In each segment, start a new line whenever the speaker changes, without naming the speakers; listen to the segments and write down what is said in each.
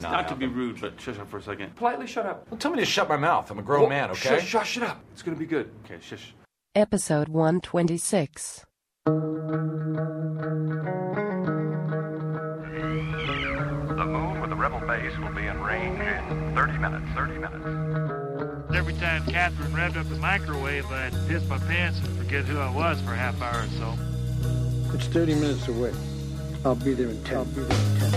not,
Not to be
happen.
rude, but shut up for a second.
Politely shut up.
Don't tell me to shut my mouth. I'm a grown
Well,
man, okay?
Shush, shush it up. It's going to be good.
Okay, shush.
Episode 126.
The moon with the rebel base will be in range in 30 minutes. 30 minutes.
Every time Catherine revved up the microwave, I'd piss my pants and forget who I was for a half hour or so.
It's 30 minutes away. I'll be there in 10. I'll be there in 10.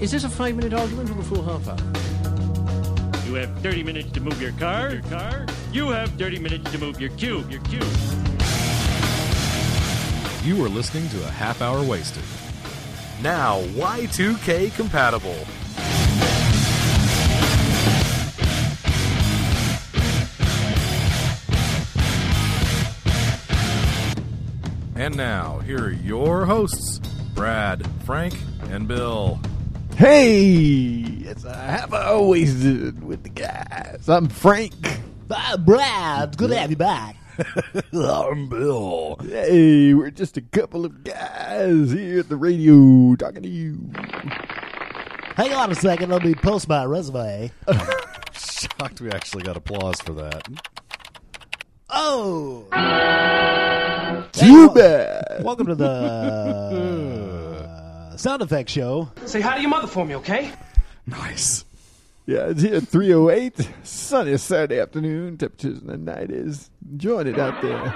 Is this a five minute argument or a full half hour?
You have 30 minutes to move your car. Your car. You have 30 minutes to move your cube. Your cube.
You are listening to a half hour wasted. Now, Y2K compatible. And now, here are your hosts, Brad, Frank, and Bill.
Hey, it's a half hour wasted with the guys. I'm Frank. Hi, Brad. Good to have you back. I'm Bill. Hey, we're just a couple of guys here at the radio talking to you. Hang on a second. Let me post my resume.
Shocked we actually got applause for that.
Oh. Too bad. Welcome to the uh, sound effects show.
Say hi to your mother for me, okay?
Nice.
Yeah, it's here at 308. Sunny Saturday afternoon. Temperatures in the 90s. Enjoying it out there.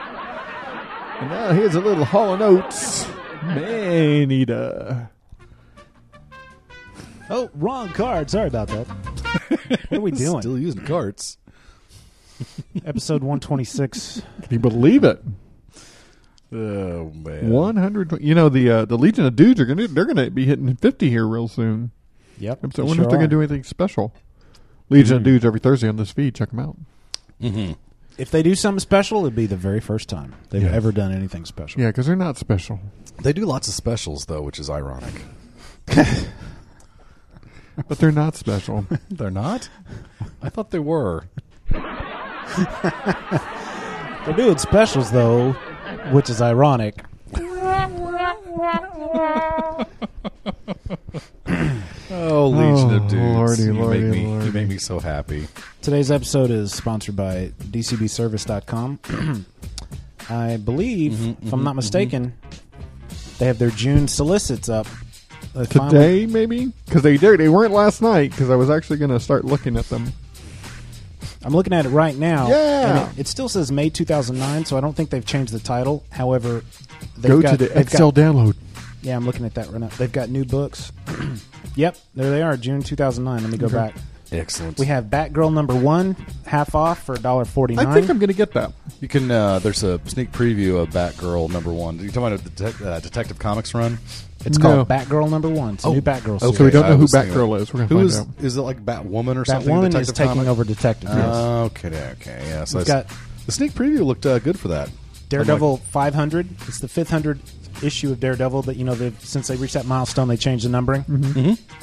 And now here's a little Hall & Oates. Man Eater. Oh, wrong card. Sorry about that. What are we doing?
Still using carts.
Episode 126. Can you believe it?
Oh man.
One hundred. You know the uh, the Legion of Dudes are gonna they're gonna be hitting fifty here real soon. Yep. So I wonder if they're gonna do anything special. Legion
Hmm.
of Dudes every Thursday on this feed. Check them out.
If they do something special, it'd be the very first time they've
Yes.
ever done anything special.
Yeah, because they're not special.
They do lots of specials though, which is ironic.
But they're not special.
They're not? I thought they were.
They're doing specials though, which is ironic.
Oh, Legion
Oh,
of Dudes.
lordy,
you,
lordy,
make me,
lordy.
you make me so happy.
Today's episode is sponsored by DCBService.com. I believe, if I'm not mistaken, they have their June solicits up. They finally-
Today maybe because they did. They weren't last night because I was actually gonna start looking at them.
I'm looking at it right now.
Yeah.
and it, it still says May 2009, so I don't think they've changed the title. However, they've
Go
got,
to the
they've
Excel
got-
download.
yeah, I'm looking at that right now. They've got new books. yep, there they are, June 2009. Let me go back.
Excellent.
We have Batgirl number one, half off for $1.49.
I think I'm gonna get that.
you can. Uh, there's a sneak preview of Batgirl number one. You talking about the detec- uh, Detective Comics run?
it's
No.
called Batgirl number one. It's a new Batgirl series.
So we don't
I
know who
was thinking
Batgirl
about-
is. We're gonna
who
find
is-
out.
Is it like Batwoman or something?
Batwoman is
Detective
taking
Comics?
over Detective. Yes.
Uh, okay, okay, yeah. So
We've
that's-
got-
the sneak preview looked uh, good for that.
Daredevil 500. It's the 500 issue of Daredevil that you know they've since they reached that milestone they changed the numbering. Mm-hmm.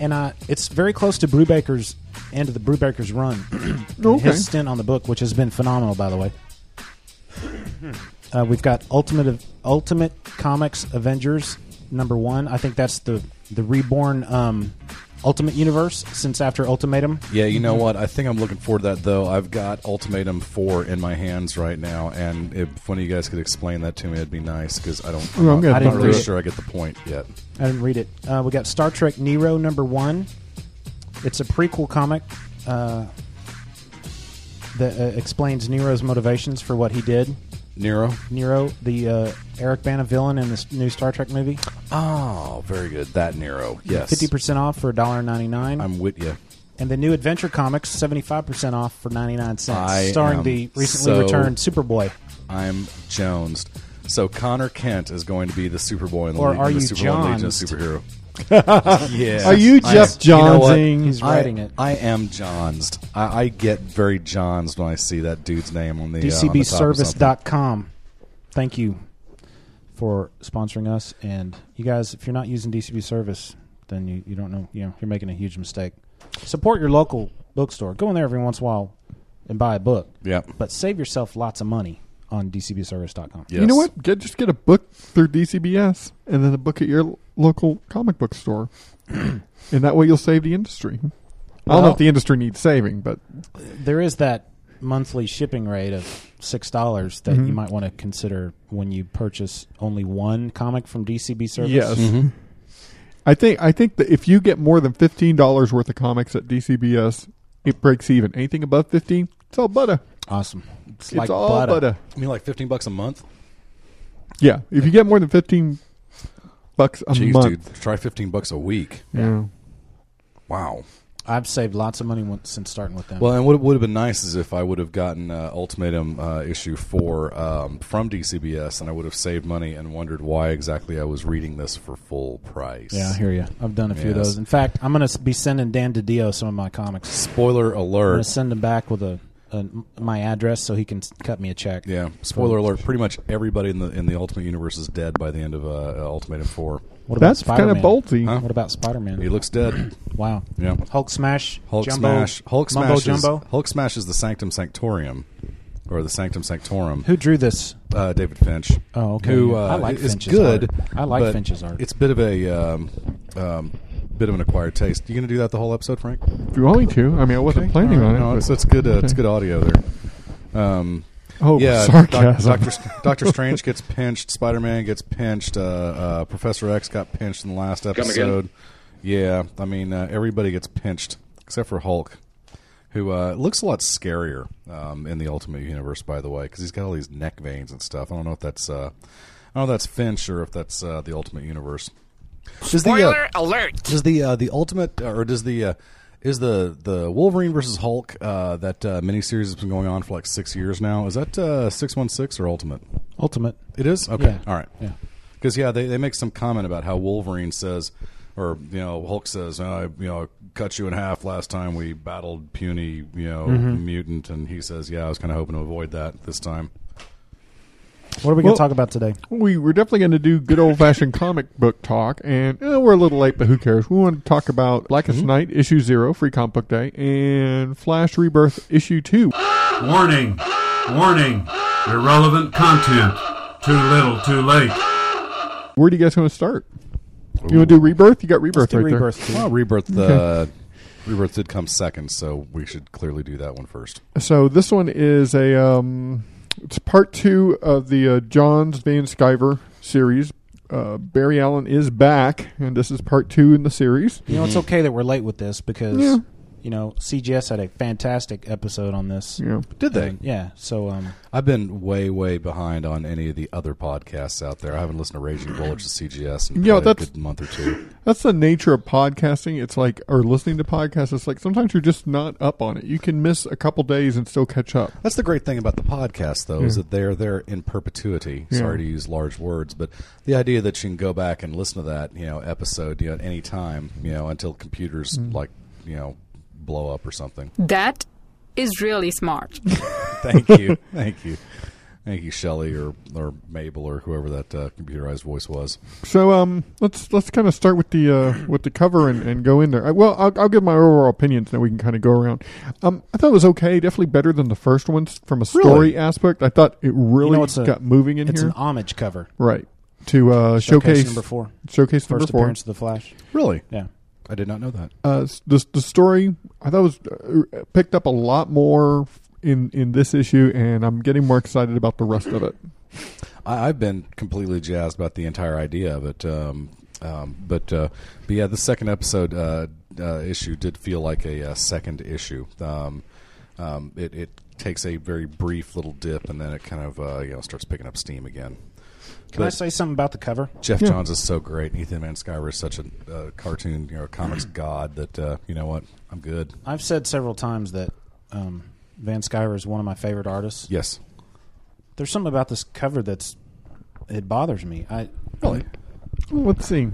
And uh, it's very close to Brubaker's end of the Brubaker's run. And
Okay.
His stint on the book, which has been phenomenal, by the way. Uh, we've got Ultimate Ultimate Comics Avengers number one. I think that's the the reborn um, Ultimate Universe since after Ultimatum.
Yeah, you know what? I think I'm looking forward to that though. I've got Ultimatum Four in my hands right now, and if one of you guys could explain that to me, it'd be nice because I don't. I'm
Ooh, I'm
not-
gonna
I'm not
thumb
really
through it.
sure I get the point yet.
I didn't read it. Uh, we got Star Trek Nero number one. It's a prequel comic uh, that uh, explains Nero's motivations for what he did.
Nero.
Nero, the uh, Eric Bana villain in this new Star Trek movie,
Oh, very good. That Nero. Yes.
fifty percent off for $1.99.
I'm with you.
and the new Adventure Comics, seventy five percent off for ninety nine
I
cents, starring
am
the recently
so-
returned Superboy.
I'm Jonesed. So Connor Kent is going to be the Superboy in the,
Or
Legion,
are
the
you
Superboy Legion of
Jonesed?
Superhero. yeah.
Are you
I-
Jeff
you know what?
Johnsing?
He's writing
I,
it.
I am Johnsed. I, I get very Johnsed when I see that dude's name on the Uh, on the top of something.
DCBService.com. Thank you for sponsoring us. And you guys, if you're not using DCB Service, then you, you don't know. You know, you're making a huge mistake. Support your local bookstore. Go in there every once in a while and buy a book.
Yep.
But save yourself lots of money. on dcbservice.com.
Yes.
You know what? Get just get a book through DCBS and then a book at your l- local comic book store, and that way you'll save the industry. I don't know
Well-
if the industry needs saving, but
There is that monthly shipping rate of $6 that
Mm-hmm.
you might want to consider when you purchase only one comic from DCB service.
yes, I think I think that if you get more than fifteen dollars worth of comics at DCBS, it breaks even. Anything above fifteen, it's all butter.
Awesome. It's,
It's, all butter.
You mean like fifteen bucks a month?
Yeah, if you get more than fifteen bucks a
Jeez,
month,
dude, try fifteen bucks a week.
yeah.
Wow.
I've saved lots of money on- since starting with them.
Well, and what would have been nice is if I would have gotten uh, Ultimatum uh, issue four um, from DCBS, and I would have saved money and wondered why exactly I was reading this for full price.
yeah, I hear you. I've done a few of
Yes.
those. In fact, I'm going to be sending Dan DiDio some of my comics.
Spoiler
I'm going
alert.
to send him back with a, a my address so he can s- cut me a check.
Yeah. Spoiler alert. Pretty much everybody in the in the Ultimate Universe is dead by the end of uh, Ultimatum Four.
What about
that's kind
Spider-Man?
of bolty.
Huh?
What about Spider
He
Man?
looks dead.
Wow.
Yeah.
Hulk smash.
Hulk
Jumbo,
smash. Hulk
Mumbo
smash. Is,
Jumbo.
Hulk smash is the Sanctum Sanctorum, or the Sanctum Sanctorum.
Who drew this?
Uh, David Finch.
Oh, okay.
Who
Yeah.
uh,
I like
is
Finch's
good.
art. I like
but
Finch's art.
It's a bit of a um, um, bit of an acquired taste. You going to do that the whole episode, Frank?
If you want me to, I mean, I wasn't
Okay.
planning
All right.
on it.
No,
but-
it's, it's good. Uh, It's good audio there. Um,
oh,
yeah,
sarcasm.
Doctor Doctor Strange gets pinched. Spider Man gets pinched. Uh, uh, Professor X got pinched in the last episode. Yeah, I mean uh, everybody gets pinched except for Hulk, who uh, looks a lot scarier um, in the Ultimate Universe, by the way, because he's got all these neck veins and stuff. I don't know if that's uh, I don't know if that's Finch or if that's uh, the Ultimate Universe. Does the, uh,
alert!
does the uh, the ultimate or does the uh, is the the Wolverine versus Hulk uh, that uh, miniseries has been going on for like six years now? Is that uh, six one six or Ultimate?
Ultimate.
It is okay.
Yeah.
All right.
Yeah.
Because yeah, they, they make some comment about how Wolverine says, or you know, Hulk says, "Oh, "I you know cut you in half last time we battled puny you know mutant," and he says, "Yeah, I was kind of hoping to avoid that this time."
What are we going
Well-
to talk about today?
we were definitely going to do good old fashioned comic book talk, and eh, we're a little late, but who cares? We want to talk about
Mm-hmm.
Blackest Night issue zero, free comic book day, and Flash Rebirth issue two.
Warning! Warning! Irrelevant content. Too little, too late.
Where do you guys want to start? You want to do Rebirth? You got Rebirth
Let's do
right
Rebirth. too.
Well, rebirth uh, rebirth did come second, so we should clearly do that one first.
there. So this one is a um, it's part two of the uh, Johns Van Skyver series. Uh, Barry Allen is back, and this is part two in the series.
You know, it's okay that we're late with this because,
Yeah.
you know, CGS had a fantastic episode on this.
Yeah.
Did they?
And, yeah. So, um,
I've been way, way behind on any of the other podcasts out there. I haven't listened to Raging Bull or to CGS in
Yeah,
probably
that's-
a good month or two.
That's the nature of podcasting. It's like or listening to podcasts. It's like sometimes you're just not up on it. You can miss a couple days and still catch up.
That's the great thing about the podcast, though, is that they're there in perpetuity. Sorry to use large words, but the idea that you can go back and listen to that, you know, episode, you know, at any time, you know, until computers like, you know, blow up or something.
That is really smart.
Thank you, thank you, thank you, Shelley or or Mabel or whoever that uh, computerized voice was.
So um, let's let's kind of start with the uh, with the cover and, and go in there. I, well, I'll, I'll give my overall opinions, and we can kind of go around. Um, I thought it was okay. Definitely better than the first ones from a story
Really?
aspect. I thought it really
you know, it's a,
got moving in
It's
here,
an homage cover.
right? To uh, showcase,
number four.
Showcase number
First
four.
appearance of the Flash.
Really,
Yeah.
I did not know that.
uh, s- the the story I thought was uh, picked up a lot more in in this issue, and I'm getting more excited about the rest of it.
I, I've been completely jazzed about the entire idea of it. Um, um, but uh, but yeah, the second episode uh, uh, issue did feel like a, uh second issue. Um, um, it, it takes a very brief little dip, and then it kind of uh, you know starts picking up steam again.
Can I
But-
say something about the cover?
Jeff Johns is so great. and Ethan Van Sciver is such a uh, cartoon, you know, comics god that uh, you know what? I'm good.
I've said several times that um, Van Skyver is one of my favorite artists.
Yes,
There's something about this cover that's it bothers me. I
really.
Well, let's see.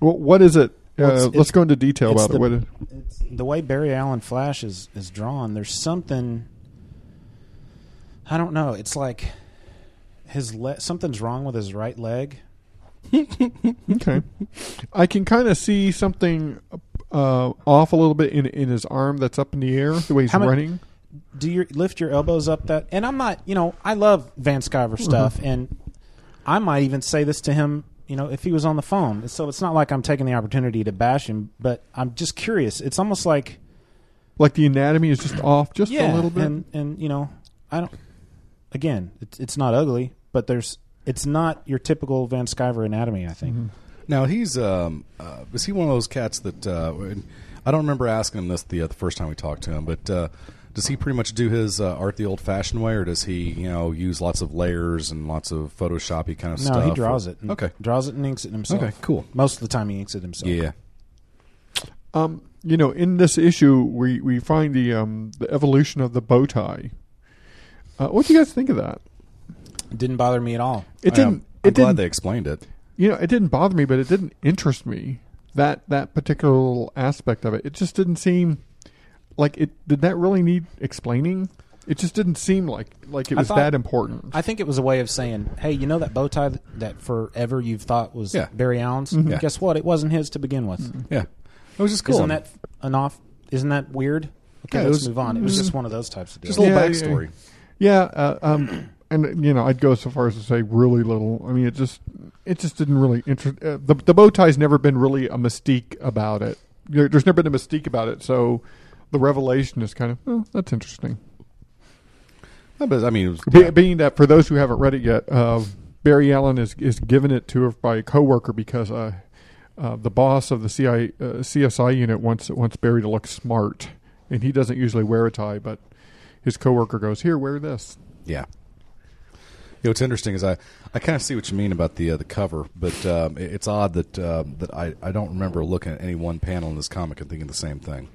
Well, what is it?
Well,
uh,
it's-
let's
it's-
go into detail
it's
about it.
the-
What it-
it's the way Barry Allen Flash is is drawn. There's something I don't know. It's like his le- something's wrong with his right leg.
Okay, I can kind of see something uh, off a little bit in in his arm that's up in the air the way he's
How many-
running.
do your lift your elbows up that and I'm not you know I love Van
Mm-hmm.
Sciver stuff and I might even say this to him you know if he was on the phone so it's not like I'm taking the opportunity to bash him but I'm just curious it's almost like
Like the anatomy is just off just a
yeah
little bit.
and and you know I don't again it's it's not ugly but there's it's not your typical Van Sciver anatomy I think
Now he's um, uh, is he one of those cats that uh, I don't remember asking him this the, uh, the first time we talked to him, but uh, does he pretty much do his uh, art the old fashioned way, or does he you know use lots of layers and lots of Photoshoppy kind of
no
stuff?
he draws it and
Okay,
draws it and inks it himself
Okay, cool.
most of the time he inks it himself
yeah.
Um, you know, in this issue, we, we find the um, the evolution of the bow tie. Uh, what do you guys think of that?
didn't bother me at all
It
I am-
didn't.
I'm
it
glad
didn't.
they explained it.
you know, it didn't bother me, but it didn't interest me. That that particular little aspect of it, it just didn't seem like it. Did that really need explaining? It just didn't seem like like it
I
was
thought-
that important.
I think it was a way of saying, "Hey, you know that bow tie th- that forever you've thought was
Yeah.
Barry Allen's?
Yeah.
Guess what? It wasn't his to begin with.
Yeah, it was just cool.
Isn't that f- an off? Isn't that weird? Okay,
Yeah, it
let's
was-
move on. It was just one of those types of deals.
just a little
Yeah, yeah,
backstory?
Yeah, uh, um, and you know, I'd go so far as to say really little. I mean, it just it just didn't really interest. Uh, the the bow tie's never been really a mystique about it. There, there's never been a mystique about it, so the revelation is kind of oh, that's interesting.
Yeah, but, I mean, it was,
Be, Being that for those who haven't read it yet, uh, Barry Allen is is given it to her by a coworker because uh, uh, the boss of the CI, uh, CSI unit wants wants Barry to look smart, and he doesn't usually wear a tie, but his coworker goes, "Here, wear this."
Yeah. You know, what's interesting is I, I kind of see what you mean about the uh, the cover, but um, it- it's odd that uh, that I, I don't remember looking at any one panel in this comic and thinking the same thing.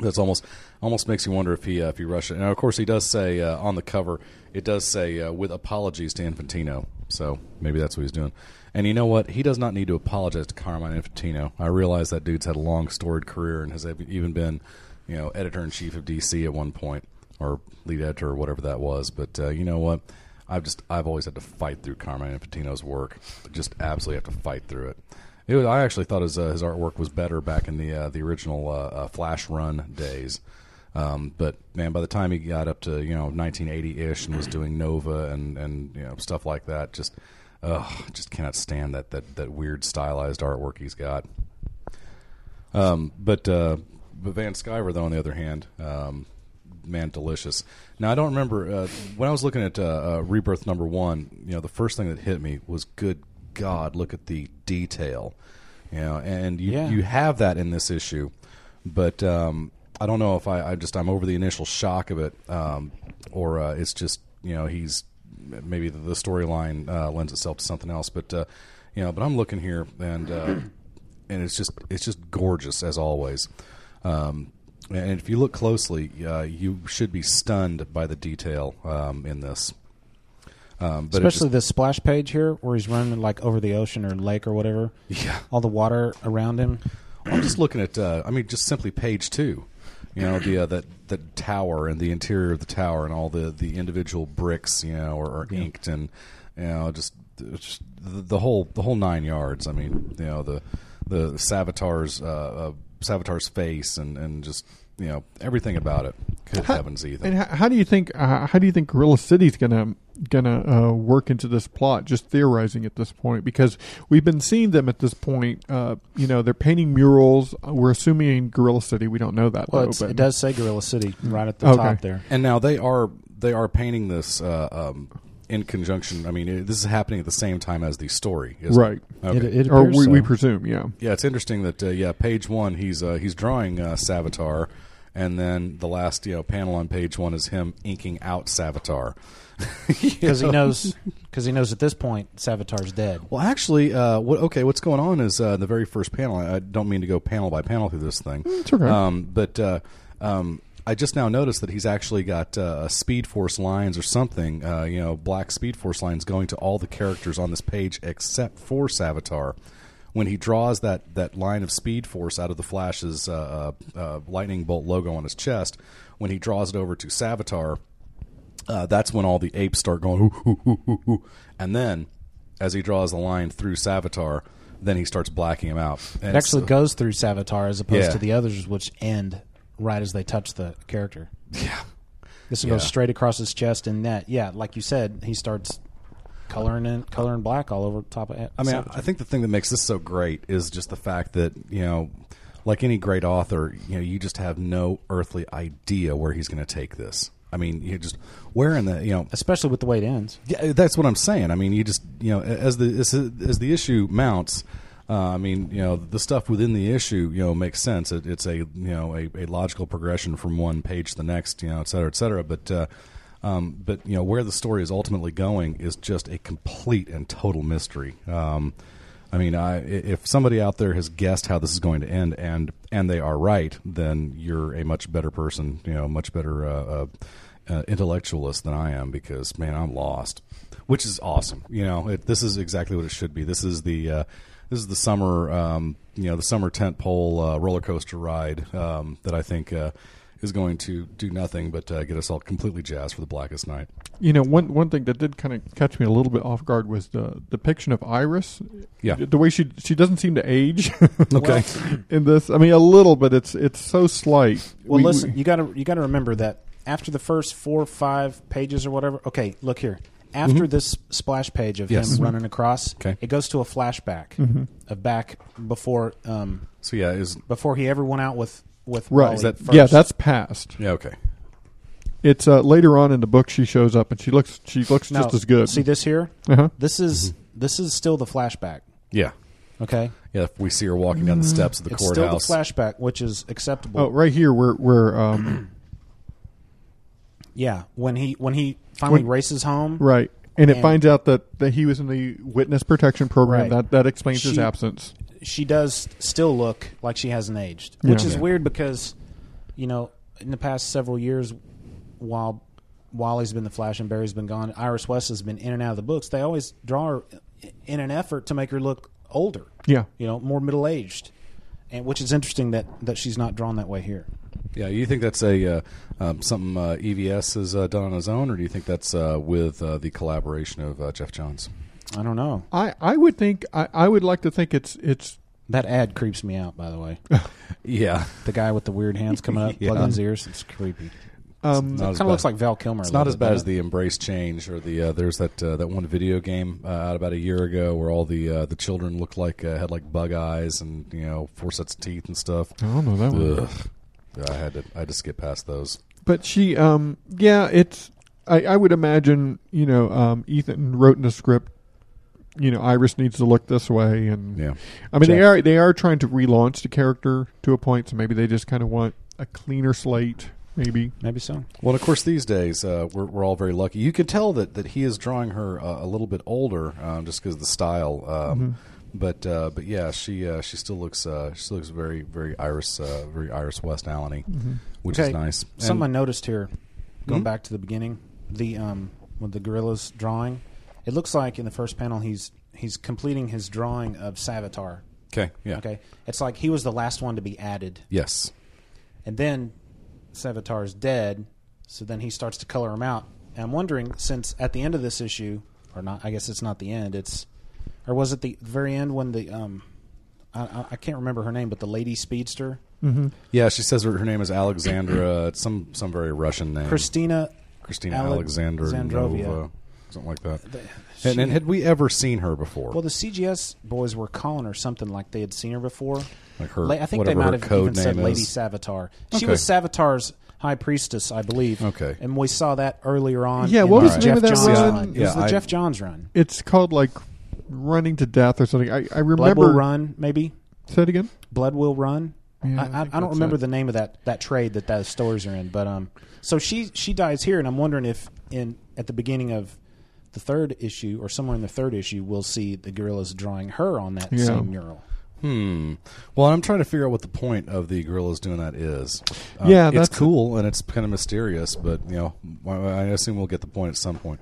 That's almost almost makes you wonder if he uh, if he rushed it. And of course, he does say uh, on the cover, it does say uh, with apologies to Infantino. So maybe that's what he's doing. And you know what? He does not need to apologize to Carmine Infantino. I realize that dude's had a long storied career and has ev- even been, you know, editor in chief of DC at one point or lead editor or whatever that was. But uh, you know what? I've just I've always had to fight through Carmine Infantino's work. Just absolutely have to fight through it. It was, I actually thought his uh, his artwork was better back in the uh, the original uh, uh, Flash Run days. Um, but man, by the time he got up to you know 1980 ish and was doing Nova and and you know stuff like that, just uh, just cannot stand that that that weird stylized artwork he's got. Um, but uh, but Van Sciver, though, on the other hand, um, man, delicious. Now I don't remember uh, when I was looking at uh, uh, Rebirth number one. You know, the first thing that hit me was, "Good God, look at the detail." You know, and you
Yeah.
you have that in this issue, but um, I don't know if I, I just I'm over the initial shock of it, um, or uh, it's just you know he's maybe the, the storyline uh, lends itself to something else. But uh, you know, but I'm looking here and. Uh, and it's just it's just gorgeous as always. Um, and if you look closely, uh, you should be stunned by the detail um, in this. Um, but it
Especially the splash page here, where he's running like over the ocean or lake or whatever.
just, yeah,
All the water around him.
I'm just looking at. Uh, I mean, just simply page two. You know the uh, that that tower and the interior of the tower and all the the individual bricks. You know, are, are inked and you know just, just the, the whole the whole nine yards. I mean, you know the the Savitar's uh, uh, Savitar's face and and just you know everything about it. Good heavens,
And
Ethan!
how, how do you think uh, how do you think Gorilla City's gonna gonna uh, work into this plot? Just theorizing at this point because we've been seeing them at this point. Uh, you know, they're painting murals. Uh, We're assuming Gorilla City. We don't know that
Well,
though.
it's,
but
it does say Gorilla City right at the
Okay.
top there.
And now they are they are painting this uh, um, in conjunction. I mean, it, this is happening at the same time as the story, isn't
Right.
It? Okay.
It, it
or
appears
we, we
so.
presume. Yeah.
Yeah, it's interesting that uh, yeah, page one he's uh, he's drawing uh, Savitar, and then the last you know panel on page one is him inking out Savitar.
because he knows because he knows at this point Savitar's dead.
Well, actually, uh, what okay, what's going on is uh, the very first panel. I I don't mean to go panel by panel through this thing,
Mm, It's okay.
um, but uh, um, I just now noticed that he's actually got uh, Speed Force lines or something. Uh, you know, black Speed Force lines going to all the characters on this page except for Savitar. When he draws that, that line of Speed Force out of the Flash's uh, uh, uh, lightning bolt logo on his chest, when he draws it over to Savitar, uh, that's when all the apes start going, "Ooh, ooh, ooh, ooh, ooh." and then as he draws the line through Savitar, then he starts blacking him out. And
It actually
it's-
goes through Savitar as opposed
Yeah.
to the others, which end right as they touch the character. Yeah. This one
Yeah.
goes straight across his chest and net. Yeah, like you said, he starts coloring in, coloring black all over top of it.
I mean, I- I think the thing that makes this so great is just the fact that you know, like any great author, you know, you just have no earthly idea where he's going to take this. I mean, you just where in the you know,
especially with the way it ends.
Yeah, uh, that's what I'm saying. I mean, you just you know, as the as, as the issue mounts. Uh, I mean, you know, the stuff within the issue, you know, makes sense. It, it's a you know a, a logical progression from one page to the next, you know, et cetera, et cetera. But uh, um, but you know where the story is ultimately going is just a complete and total mystery. Um, I mean, I, i- if somebody out there has guessed how this is going to end, and and they are right, then you're a much better person, you know, much better uh, uh, uh, intellectualist than I am, because man, I'm lost, which is awesome. You know, it, this is exactly what it should be. This is the uh, this is the summer, um, you know, the summer tent pole uh, roller coaster ride um, that I think uh, is going to do nothing but uh, get us all completely jazzed for the blackest night.
You know, one one thing that did kind of catch me a little bit off guard was the depiction of Iris.
Yeah.
the way she she doesn't seem to age.
Okay.
in this, I mean, a little, but it's it's so slight.
Well,
We-
listen, you gotta you gotta remember that after the first four or five pages or whatever. Okay, look here. After
Mhm.
this splash page of
Yes.
him
Mhm.
running across,
Okay.
it goes to a flashback
Mhm.
of back before. Um,
so yeah, is
before he ever went out with with
Right.
Wally
Is that-
first.
yeah, that's past.
Yeah, okay.
It's uh, later on in the book she shows up and she looks she looks
No,
just as good.
See this here?
Uh-huh.
This is this is still the flashback.
Yeah.
Okay.
Yeah, if we see her walking down the steps of the
Mm-hmm. it's
courthouse.
still the flashback, which is acceptable.
Oh, right here where where um
Yeah, when he when he finally
When-
races home,
right, and it
And-
finds out that that he was in the witness protection program.
Right.
That that explains his
She-
absence.
She does still look like she hasn't aged, which
Yeah.
is
Yeah.
weird because, you know, in the past several years, while Wally's been the Flash and Barry's been gone, Iris West has been in and out of the books. They always draw her in an effort to make her look older.
Yeah.
you know, more middle aged, and which is interesting that that she's not drawn that way here.
Yeah, you think that's a uh, um, something uh, EVS has uh, done on his own, or do you think that's uh, with uh, the collaboration of uh, Jeff Johns?
I don't know.
I I would think I I would like to think it's it's
That ad creeps me out, by the way.
Yeah,
the guy with the weird hands coming up,
Yeah.
plugging his ears. It's creepy.
Um,
it
It's not
kind
as
of looks
bad-
like Val Kilmer.
It's
a
not
little
as
bit,
bad
doesn't
as the Embrace Change or the uh, there's that uh, that one video game uh, out about a year ago where all the uh, the children looked like uh, had like bug eyes and you know four sets of teeth and stuff.
I don't know that one.
Ugh. Yeah, I had to I had to skip past those.
But she, um, yeah, it's. I, I would imagine, you know, um, Ethan wrote in the script, you know, Iris needs to look this way, and
Yeah.
I mean, they
Jeff.
are they are trying to relaunch the character to a point, so maybe they just kind of want a cleaner slate, maybe.
Maybe so.
Well, of course, these days uh, we're, we're all very lucky. You can tell that, that he is drawing her uh, a little bit older, um, just because the style. Um, But uh, but yeah, she uh, she still looks uh, she still looks very very Iris uh, very Iris West Allen,
Mhm.
which
Okay,
is nice.
Something
And-
I noticed here, going
Mhm.
back to the beginning, the um, with the gorilla's drawing, it looks like in the first panel he's he's completing his drawing of Savitar.
'Kay, yeah.
Okay, it's like he was the last one to be added,
yes,
and then Savitar's dead, so then he starts to color him out. And I'm wondering, since at the end of this issue, or not, I guess it's not the end. It's or was it the very end when the um, I- I, I can't remember her name, but the lady speedster.
Hmm. yeah. She says her, her name is Alexandra. it's some some very Russian name.
Christina
Christina
Ale-
Alexandra
Zandrovia.
Nova, something like that.
she-
and, and had we ever seen her before?
Well, the CGS boys were calling her something like they had seen her before.
Like her-
La- I think they
whatever
might
her
have
code
even said
name
Lady
is.
Savitar. She
Okay.
was Savitar's high priestess, I believe.
Okay.
and we saw that earlier on.
Yeah,
in
what
the
was the name
Jeff
of that
Johns
run?
It
Yeah,
was the
I-
Jeff Johns run.
It's called like running to death or something. I, I remember.
Blood will run, maybe.
Say it again.
Blood will run.
Yeah, I
I, I,
think
I don't
that's
remember
it.
the name of that, that trade that those stores are in, but um, so she she dies here, and I'm wondering if in at the beginning of the third issue or somewhere in the third issue we'll see the gorillas drawing her on that
Yeah.
same mural.
Hmm. Well, I'm trying to figure out what the point of the gorillas doing that is.
Yeah,
Uh, it's
that's-
cool and it's kind of mysterious, but you know, I I assume we'll get the point at some point.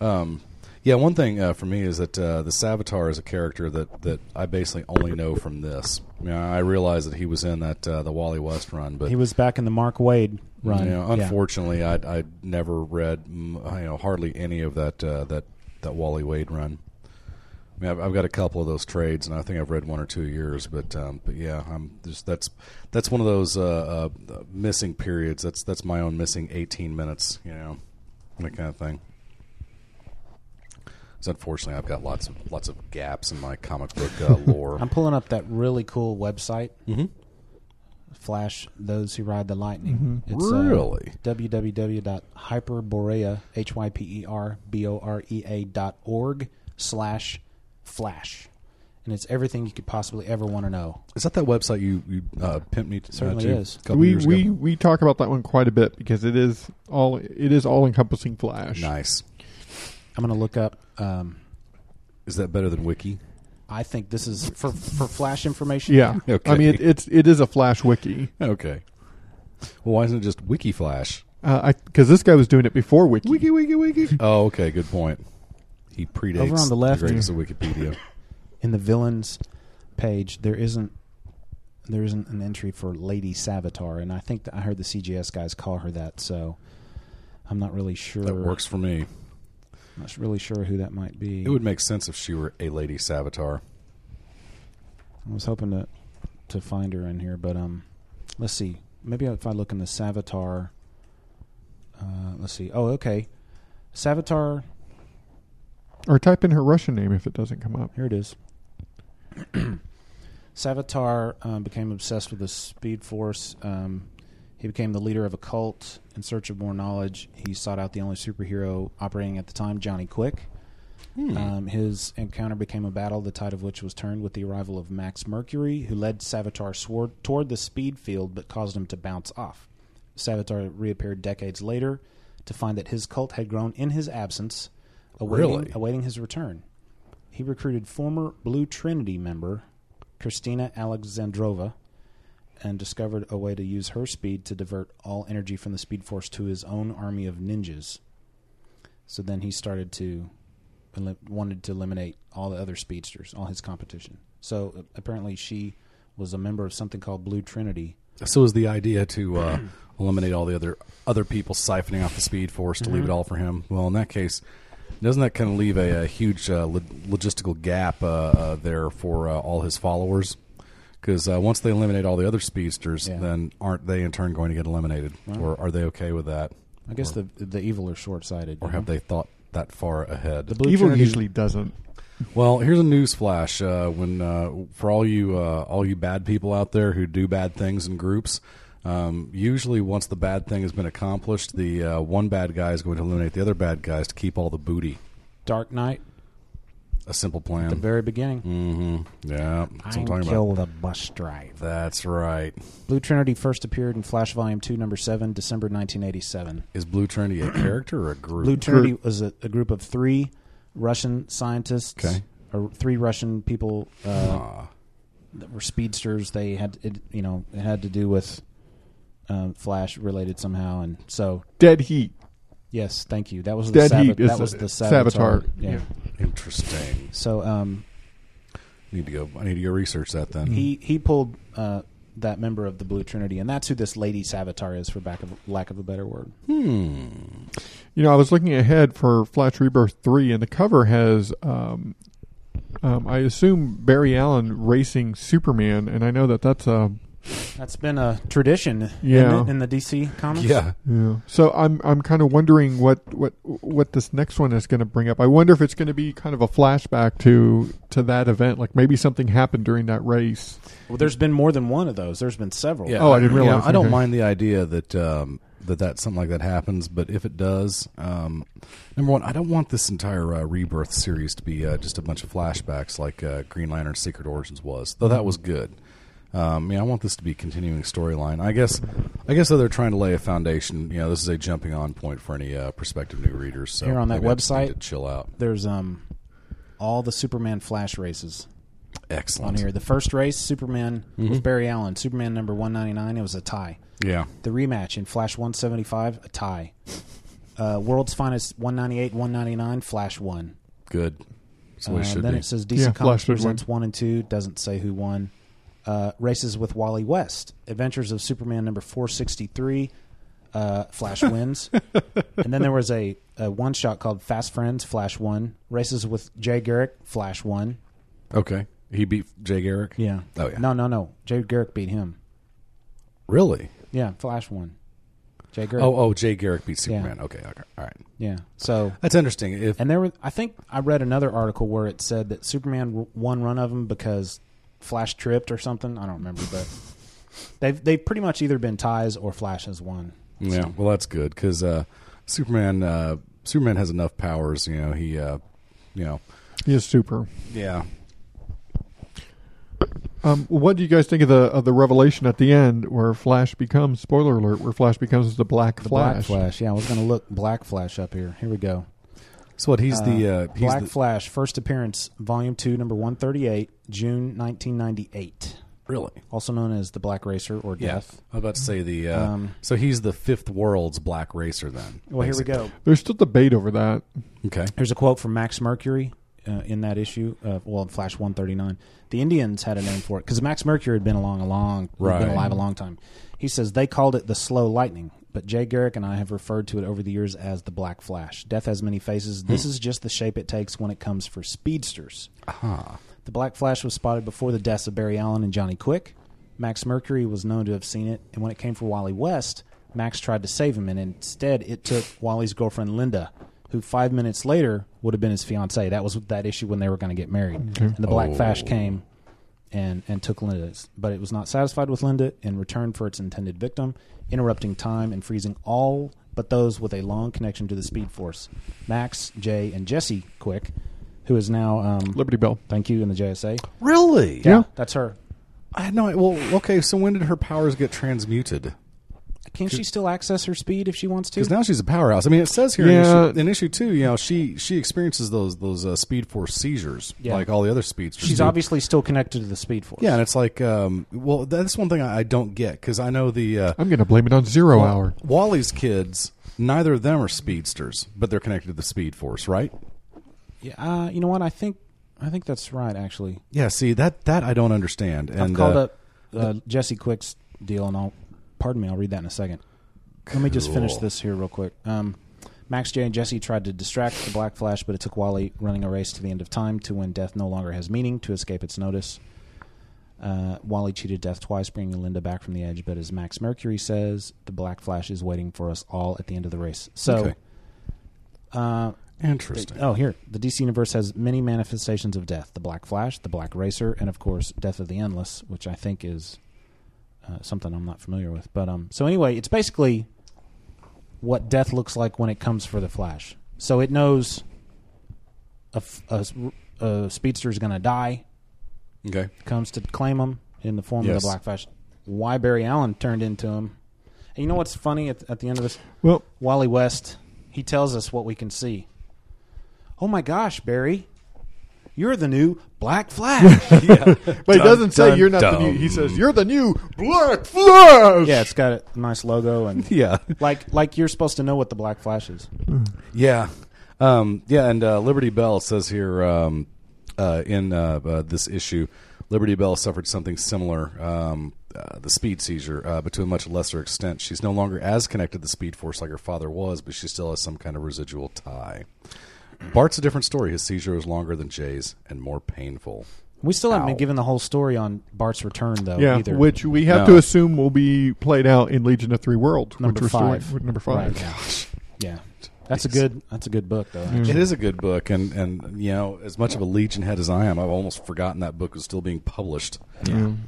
Um, yeah, one thing uh, for me is that uh, the Savitar is a character that, that I basically only know from this. You know, I realize that he was in that uh, the Wally West run, but
he was back in the Mark Wade run.
you know,
Yeah.
unfortunately, I I never read mm, you know hardly any of that uh, that that Wally Wade run. I I mean, I've, I've got a couple of those trades, and I think I've read one or two years. But um, but yeah, I'm just that's that's one of those uh, uh, missing periods. That's that's my own missing eighteen minutes. You know, that kind of thing. 'Cause unfortunately, I've got lots of lots of gaps in my comic book uh, lore.
I'm pulling up that really cool website.
Mhm.
Flash those who ride the lightning.
Mhm.
uh,
Really?
www.hyperborea h y p e r b o r e a dot org slash flash, and it's everything you could possibly ever want to know.
Is that that website you you uh, pimped me to?
Certainly
uh, to
is.
a couple
we
years
we
ago?
we talk about that one quite a bit because it is all it is all encompassing Flash.
nice.
I'm gonna look up. Um,
Is that better than Wiki?
I think this is for for flash information.
Yeah, I mean it, it's it is a Flash wiki
Okay. Well, why isn't it just Wiki Flash?
because Uh, this guy was doing it before wiki.
Wiki, wiki, wiki. Oh, okay. Good point. He predates
Over on the left.
greatness of Wikipedia.
in the villains page there isn't there isn't an entry for Lady Savitar, and I think that I heard the CGS guys call her that. So I'm not really sure.
That works for me.
I'm not really sure who that might be.
It would make sense if she were a lady Savitar.
I was hoping to to find her in here, but um, let's see. Maybe if I look in the Savitar, uh, let's see. Oh, okay, Savitar.
Or type in her Russian name if it doesn't come up.
Here it is. Savitar um, became obsessed with the Speed Force. Um, he became the leader of a cult in search of more knowledge. He sought out the only superhero operating at the time, Johnny Quick. Um, his encounter became a battle, the tide of which was turned with the arrival of Max Mercury, who led Savitar sword toward the speed field but caused him to bounce off. Savitar reappeared decades later to find that his cult had grown in his absence, awaiting,
Really?
awaiting his return. He recruited former Blue Trinity member Christina Alexandrova and discovered a way to use her speed to divert all energy from the Speed Force to his own army of ninjas. So then he started to elim- wanted to eliminate all the other speedsters, all his competition. So uh, apparently she was a member of something called Blue Trinity.
So is the idea to uh, eliminate all the other other people siphoning off the Speed Force to
Mm-hmm.
leave it all for him? Well, in that case, doesn't that kind of leave a, a huge uh, lo- logistical gap uh, uh, there for uh, all his followers? Because uh, once they eliminate all the other speedsters,
Yeah.
then aren't they in turn going to get eliminated, or are they okay with that?
I guess
or,
the the evil are short sighted.
or have they thought that far ahead?
Mm-hmm. the Blue
Evil
Trinity
usually doesn't.
Well, here's a news flash. Uh, when uh, for all you uh, all you bad people out there who do bad things in groups, um, usually once the bad thing has been accomplished, the uh, one bad guy is going to eliminate the other bad guys to keep all the booty.
Dark Knight
A simple
at the
plan.
very beginning.
hmm Yeah, that's what I'm
I'm
talking
kill
about.
the bus driver.
That's right.
Blue Trinity first appeared in Flash Volume 2, Number 7, December 1987.
Is Blue Trinity a character or a group?
Blue Trinity was a, a group of three Russian scientists,
Okay.
or three Russian people uh,
Ah.
that were speedsters. They had, it, you know, it had to do with um, Flash related somehow, and so
Dead Heat.
yes, thank you. That was
Dead
the
Heat
Savi-
is
that was
a-
the
Savitar.
Savitar. Yeah.
Yeah.
Interesting.
So um,
Need to go. I need to go research that then.
Mm-hmm.
he he pulled uh, that member of the Blue Trinity, and that's who this Lady Savitar is, for back of, lack of a better word.
You know, I was looking ahead for Flash Rebirth three, and the cover has, um, um, I assume Barry Allen racing Superman, and I know that that's uh, a
That's been a tradition,
Yeah.
in, in the DC comics.
yeah.
yeah. So I'm I'm kind of wondering what what what this next one is going to bring up. I wonder if it's going to be kind of a flashback to to that event, like maybe something happened during that race.
Well, there's been more than one of those. There's been several.
Yeah.
Oh, I didn't
Yeah,
realize.
I don't
Okay.
mind the idea that um, that that something like that happens, but if it does, um, number one, I don't want this entire uh, rebirth series to be uh, just a bunch of flashbacks like uh, Green Lantern Secret Origins was, though that was good. Um, yeah, I want this to be a continuing storyline. I guess, I guess, though they're trying to lay a foundation. You know, this is a jumping on point for any uh, prospective new readers. So
Here on that
maybe I just need
website.
to chill out.
There's um all the Superman Flash races on
Excellent.
here. The first race, Superman was Barry Allen. Superman number 199, it was a tie.
Yeah,
The rematch in Flash 175, a tie. Uh, World's Finest 198, 199, Flash 1.
good. That's the way
Uh,
it should
then
be.
it says DC
Yeah,
Comics
Flash did
presents one and two. Doesn't say who won. Uh, races with Wally West, Adventures of Superman number four sixty three, uh, Flash wins. and then there was a, a one shot called Fast Friends Flash One races with Jay Garrick Flash One.
Okay. He beat Jay Garrick?
Yeah.
Oh, yeah.
No, no, no. Jay Garrick beat him.
Really?
Yeah, Flash One. Jay Garrick.
Oh, oh, Jay Garrick beat
Yeah.
Superman. Okay, okay. All right.
Yeah. So
That's interesting. If
and there were, I think I read another article where it said that Superman w- won run of them because Flash tripped or something. I don't remember, but they've they've pretty much either been ties or Flash has won.
Yeah, well, that's good because uh, Superman, uh, Superman has enough powers. You know, he, uh, you know,
He is super.
yeah.
Um, what do you guys think of the of the revelation at the end where Flash becomes spoiler alert where Flash becomes the Black
The
Flash?
Black Flash. Yeah, I was going to look Black Flash up here. Here we go.
So what? He's the uh, he's
Black
the,
Flash first appearance, Volume Two, Number One Thirty Eight, June nineteen ninety eight.
really.
Also known as the Black Racer or
Yeah,
Death.
I was about to say the. Uh,
Um,
so he's the fifth world's black racer then.
Well, here we
basically.
go.
There's still debate over that.
Okay.
Here's a quote from Max Mercury uh, in that issue. Uh, well, in Flash 139. The Indians had a name for it because Max Mercury had been along a long, had
Right.
been alive a long time. He says they called it the slow lightning, but Jay Garrick and I have referred to it over the years as the Black Flash. Death has many faces. This is just the shape it takes when it comes for speedsters. The Black Flash was spotted before the deaths of Barry Allen and Johnny Quick. Max Mercury was known to have seen it, and when it came for Wally West, Max tried to save him, and instead it took Wally's girlfriend Linda, who five minutes later would have been his fiancee. That was that issue when they were going to get married. And the Black Flash came and, and took Linda's, but it was not satisfied with Linda and returned for its intended victim, interrupting time and freezing all but those with a long connection to the Speed Force Max, Jay, and Jesse Quick, who is now um,
Liberty Bell.
Thank you in the JSA.
Really?
Yeah.
That's her.
I had no. Well, okay. So when did her powers get transmuted?
Can she still access her speed if she wants to?
Because now she's a powerhouse. I mean, it says here
Yeah.
in, issue, in issue two, you know, she she experiences those those uh, speed force seizures
Yeah.
like all the other speedsters.
She's
do.
obviously still connected to the Speed Force.
Yeah, and it's like, um, well, that's one thing I, I don't get because I know the uh,
I'm going to blame it on Zero Hour.
Wally's kids. Neither of them are speedsters, but they're connected to the Speed Force, right?
Yeah, uh, you know what? I think I think that's right. Actually,
Yeah. See that that I don't understand. And
I've called
uh,
up uh, Jesse Quick's deal, and I'll pardon me. I'll read that in a second. Let me just finish
Cool.
this here real quick. Um, Max J and Jesse tried to distract the Black Flash, but it took Wally running a race to the end of time to when death no longer has meaning to escape its notice. Uh, Wally cheated death twice, bringing Linda back from the edge. But as Max Mercury says, the Black Flash is waiting for us all at the end of the race. So.
Okay.
Uh,
Interesting.
Oh, here. The DC universe has many manifestations of death: the Black Flash, the Black Racer, and of course, Death of the Endless, which I think is uh, something I'm not familiar with. But um, so anyway, it's basically what death looks like when it comes for the Flash. So it knows a, f- a s- a speedster is going to die.
Okay.
Comes to claim him in the form of
Yes.
the Black Flash. Why Barry Allen turned into him? And you know what's funny at, at the end of this?
Well,
Wally West, he tells us what we can see. Oh my gosh, Barry, you're the new Black Flash.
but he doesn't say
dun,
you're not the
dun.
new. He says you're the new Black Flash.
yeah, it's got a nice logo and
Yeah.
like like you're supposed to know what the Black Flash is.
Yeah. Um, yeah, and uh, Liberty Bell says here um, uh, in uh, uh, this issue, Liberty Bell suffered something similar, um, uh, the speed seizure, uh, but to a much lesser extent. She's no longer as connected to the Speed Force like her father was, but she still has some kind of residual tie. Bart's a different story. His seizure was longer than Jay's and more painful.
We still haven't been
Ow.
given the whole story on Bart's return though
Yeah,
either.
which we have
No.
to assume will be played out in Legion of Three Worlds,
number
which we're still-
five.
number five.
Right, yeah. Yeah. That's a good that's a good book though. actually.
It is a good book, and, and you know, as much of a Legion head as I am, I've almost forgotten that book was still being published.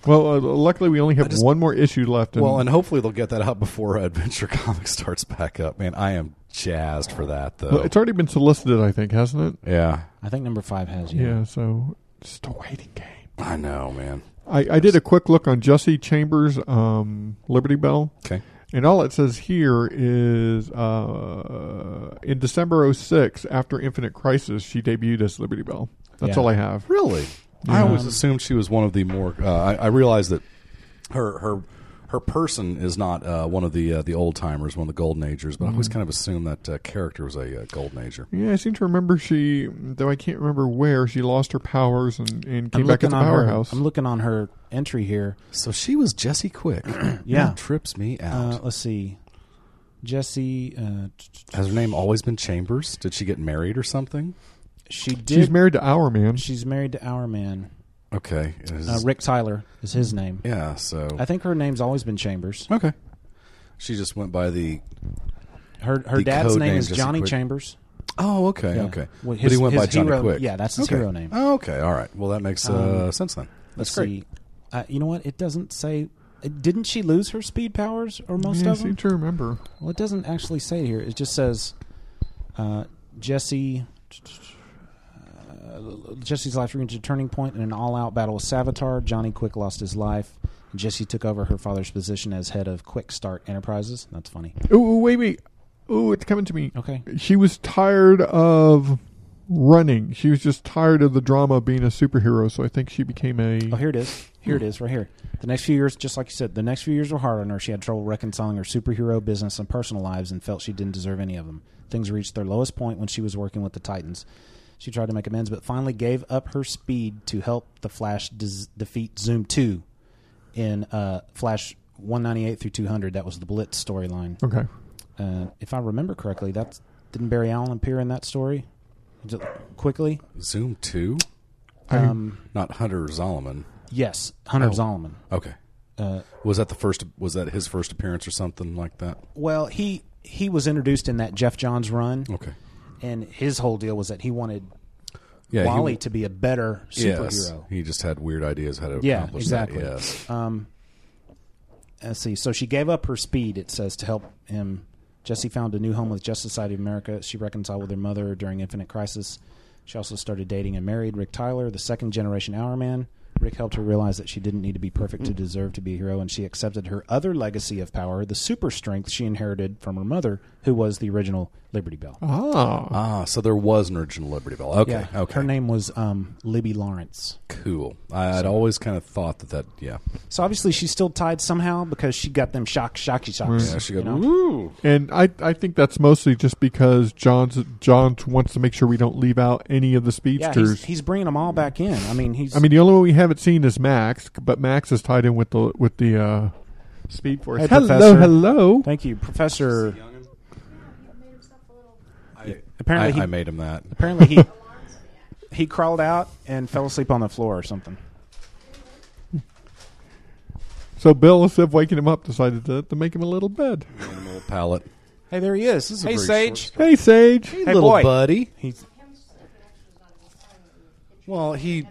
Well, uh, luckily we only have
just-
one more issue left. And,
Well, and hopefully they'll get that out before Adventure Comics starts back up. Man, I am jazzed for that though.
Well, it's already been solicited, I think, hasn't it?
yeah,
I think number five has
Yeah.
yeah.
so it's just a waiting game.
I know, man.
I, I did a quick look on Jesse Chambers' um, Liberty Bell,
Okay,
and all it says here is uh, in December 06, after Infinite Crisis, she debuted as Liberty Bell. That's
Yeah.
all I have.
really? I always assumed she was one of the more. Uh, I, I realize that her her her person is not uh, one of the uh, the old timers, one of the golden agers, but I always kind of assumed that uh, character was a uh, golden ager.
Yeah, I seem to remember she, though I can't remember where, she lost her powers and, and came
I'm
back at
looking
the
on her-
powerhouse.
I'm looking on her entry here.
So she was Jesse Quick.
Yeah.
That trips me out.
Uh, let's see. Jesse. Uh,
Has her name always been Chambers? Did she get married or something?
she did.
She's married to our man.
She's married to our man.
Okay. it is-
Uh, Rick Tyler is his name.
Yeah, so.
I think her name's always been Chambers.
okay. She just went by the.
Her her
The
dad's
code
name
name
is
just
Johnny
quick-
Chambers.
Oh, okay,
Yeah.
okay.
Well,
but
his-
he went
his
by Johnny
hero-
Quick.
yeah, that's his
Okay.
hero name. Um,
Oh, okay, all right. Well, that makes uh, sense then. That's
Let's
great.
see. Uh, you know what? It doesn't say. uh, Didn't she lose her speed powers or most
Yeah, I
of them?
seem to remember.
Well, it doesn't actually say it here. It just says uh, Jesse. Uh, Jesse's life reached a turning point in an all-out battle with Savitar. Johnny Quick lost his life. Jesse took over her father's position as head of Quick Start Enterprises. That's funny.
Ooh, wait, wait. Ooh, it's coming to me.
Okay.
She was tired of running. She was just tired of the drama of being a superhero, so I think she became a.
Oh, here it is. Here it is, right here. The next few years, just like you said, the next few years were hard on her. She had trouble reconciling her superhero business and personal lives and felt she didn't deserve any of them. Things reached their lowest point when she was working with the Titans. She tried to make amends, but finally gave up her speed to help the Flash des- defeat Zoom 2 in uh, Flash 198 through 200. That was the Blitz storyline.
Okay.
Uh, if I remember correctly, that's didn't Barry Allen appear in that story? Just quickly?
Zoom 2?
Um,
Not Hunter Zolomon.
yes, Hunter
Oh.
Zolomon.
Okay.
Uh,
Was that the first? Was that his first appearance or something like that?
Well, he he was introduced in that Jeff Johns run,
Okay.
and his whole deal was that he wanted
Yeah, he-
Wally to be a better
Yes.
superhero.
He just had weird ideas how to
Yeah,
accomplish
exactly.
that. Yes.
Um, let's see. So she gave up her speed. It says to help him. Jesse found a new home with Justice Society of America. She reconciled with her mother during Infinite Crisis. She also started dating and married Rick Tyler, the second generation Hour Man. Rick helped her realize that she didn't need to be perfect to deserve to be a hero, and she accepted her other legacy of power, the super strength she inherited from her mother, who was the original Liberty Bell.
Ah.
Ah, so there was an original Liberty Bell. Okay.
Yeah,
okay.
her name was um, Libby Lawrence.
Cool. I, I'd always kind of thought that that. Yeah.
So obviously she's still tied somehow because she got them shock, shocky shocks.
Yeah. She got.
you know?
Ooh.
And I, I think that's mostly just because John's John wants to make sure we don't leave out any of the
Yeah,
speedsters.
he's, he's bringing them all back in. I mean, he's.
I mean, the only one we haven't seen is Max, but Max is tied in with the with the uh, Speed Force.
Hey,
hello,
Professor.
hello.
thank you, Professor.
I,
Apparently
I,
he-
I made him that.
Apparently he he crawled out and fell asleep on the floor or something.
So Bill, instead of waking him up, decided to, to make him a little bed.
Animal palette.
Hey, there he is.
a
hey,
pretty
Sage.
short
Hey, Sage.
Hey,
little
boy.
buddy.
He's,
Well, he.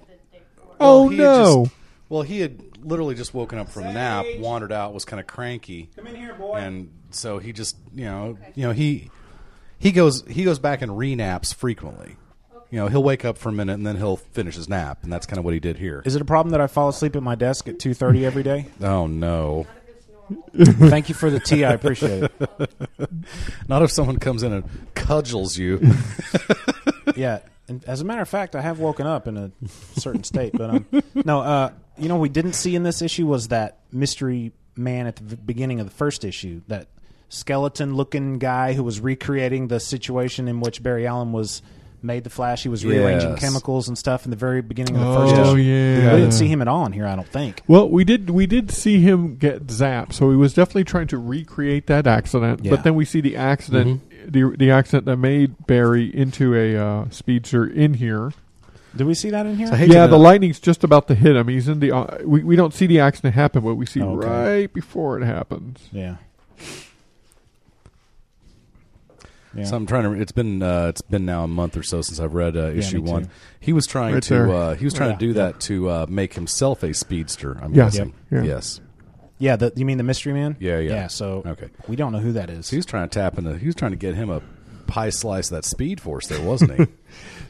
oh
well, he had
no.
just- well, he had literally just woken up from a nap, wandered out, was kind of cranky.
Come in here, boy.
And so he just, you know, you know, he he goes he goes back and renaps frequently. You know, he'll wake up for a minute and then he'll finish his nap, and that's kind of what he did here.
is it a problem that I fall asleep at my desk at two thirty every day?
oh no!
Thank you for the tea. I appreciate it.
Not if someone comes in and cudgels you.
yeah. And as a matter of fact, I have woken up in a certain state, but um, no, uh, you know, we didn't see in this issue was that mystery man at the v- beginning of the first issue, that skeleton-looking guy who was recreating the situation in which Barry Allen was made the Flash. He was rearranging
Yes.
chemicals and stuff in the very beginning of the
Oh,
first issue.
yeah.
we didn't see him at all in here. I don't think.
Well, we did we did see him get zapped, so he was definitely trying to recreate that accident.
Yeah. Mm-hmm.
But then we see the accident, the the accident that made Barry into a uh, speedster in here.
Did we see that in here?
I hate
yeah,
to
the
know-
lightning's just about to hit him. He's in the uh, we we don't see the accident happen, but we see
Oh, okay.
right before it happens.
yeah. Yeah.
So I'm trying to. It's been uh, it's been now a month or so since I've read uh, issue
me
one.
too.
He was trying
Right there.
to uh, he was trying
Yeah.
to do that to uh, make himself a speedster. I'm
Yeah.
guessing.
Yep. Yeah.
Yes.
yeah. The, you mean the mystery man?
Yeah, yeah.
Yeah. So
Okay.
we don't know who that is.
So he was trying to tap into. He was trying to get him a pie slice of that speed force there, wasn't he?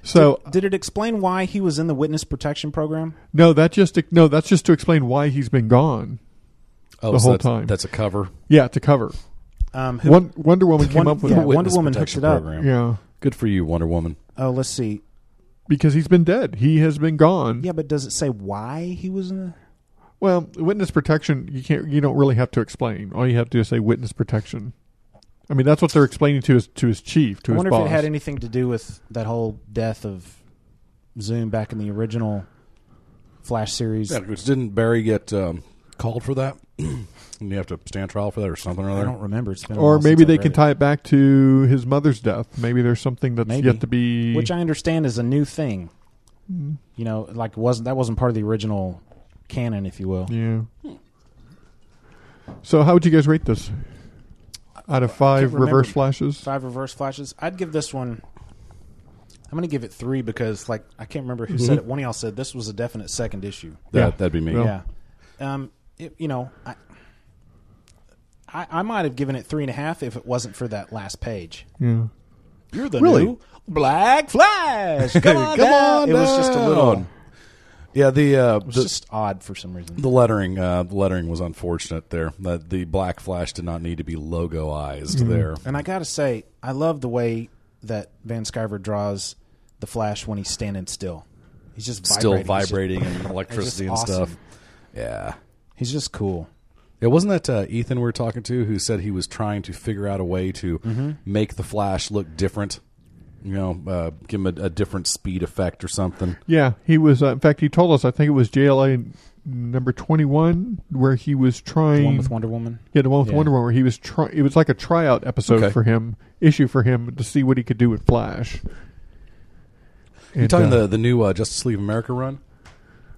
So
Did it explain why he was in the witness protection program?
no, that just no, that's just to explain why he's been gone.
Oh,
The
so
whole
that's,
time.
That's a cover.
Yeah, to cover.
Um, who,
One, Wonder Woman came
One-
up with
yeah,
it.
Wonder
Witness
Woman
protection
hooked it up.
program.
Yeah,
Good for you, Wonder Woman.
oh, let's see.
because he's been dead. He has been gone.
Yeah, but does it say why he was in? The,
Well, witness protection you can't you don't really have to explain. All you have to do is say witness protection. I mean, that's what they're explaining to his to his chief, to
I
his
wonder
boss.
if it had anything to do with that whole death of Zoom back in the original Flash series.
Yeah, which didn't Barry get um, called for that? And you have to stand trial for that or something or other.
I don't remember. It's been a
Or
while
maybe
since I
they
read
can
it.
tie it back to his mother's death. Maybe there's something that's
Maybe.
yet to be.
which I understand is a new thing.
Mm.
You know, like wasn't that wasn't part of the original canon, if you will.
yeah. So how would you guys rate this? Out of five
Can't remember.
reverse flashes,
Five reverse flashes. I'd give this one. I'm going to give it three because, like, I can't remember who
Mhm.
said it. One of y'all said this was a definite second issue.
That- Yeah. that'd be me.
Yeah. Um, it- you know, I, I I might have given it three and a half if it wasn't for that last page.
Yeah.
You're the
Really?
new Black Flash. Come
Come
on, down.
on
It was just a little.
down. Yeah, the uh, the,
just odd for some reason.
The lettering, uh, the lettering was unfortunate there. That the black flash did not need to be logoized
Mm-hmm.
Mhm.
there.
And I got to say, I love the way that Van Skyver draws the Flash when he's standing still. He's just
Still
vibrating.
vibrating
He's just- It's
and
just
electricity and
awesome.
stuff. Yeah,
he's just cool.
It wasn't that uh, Ethan we were talking to who said he was trying to figure out a way to
Mm-hmm.
Mhm.
make the flash look different. You know, uh, give him a, a different speed effect or something.
yeah, he was. Uh, in fact, he told us. I think it was JLA number twenty-one where he was trying
with Wonder Woman?
Yeah, the one with
Yeah.
Wonder Woman. Where he was trying. It was like a tryout episode
Okay.
for him, issue for him to see what he could do with Flash.
You
And,
talking
uh,
the the new uh, Justice League of America run?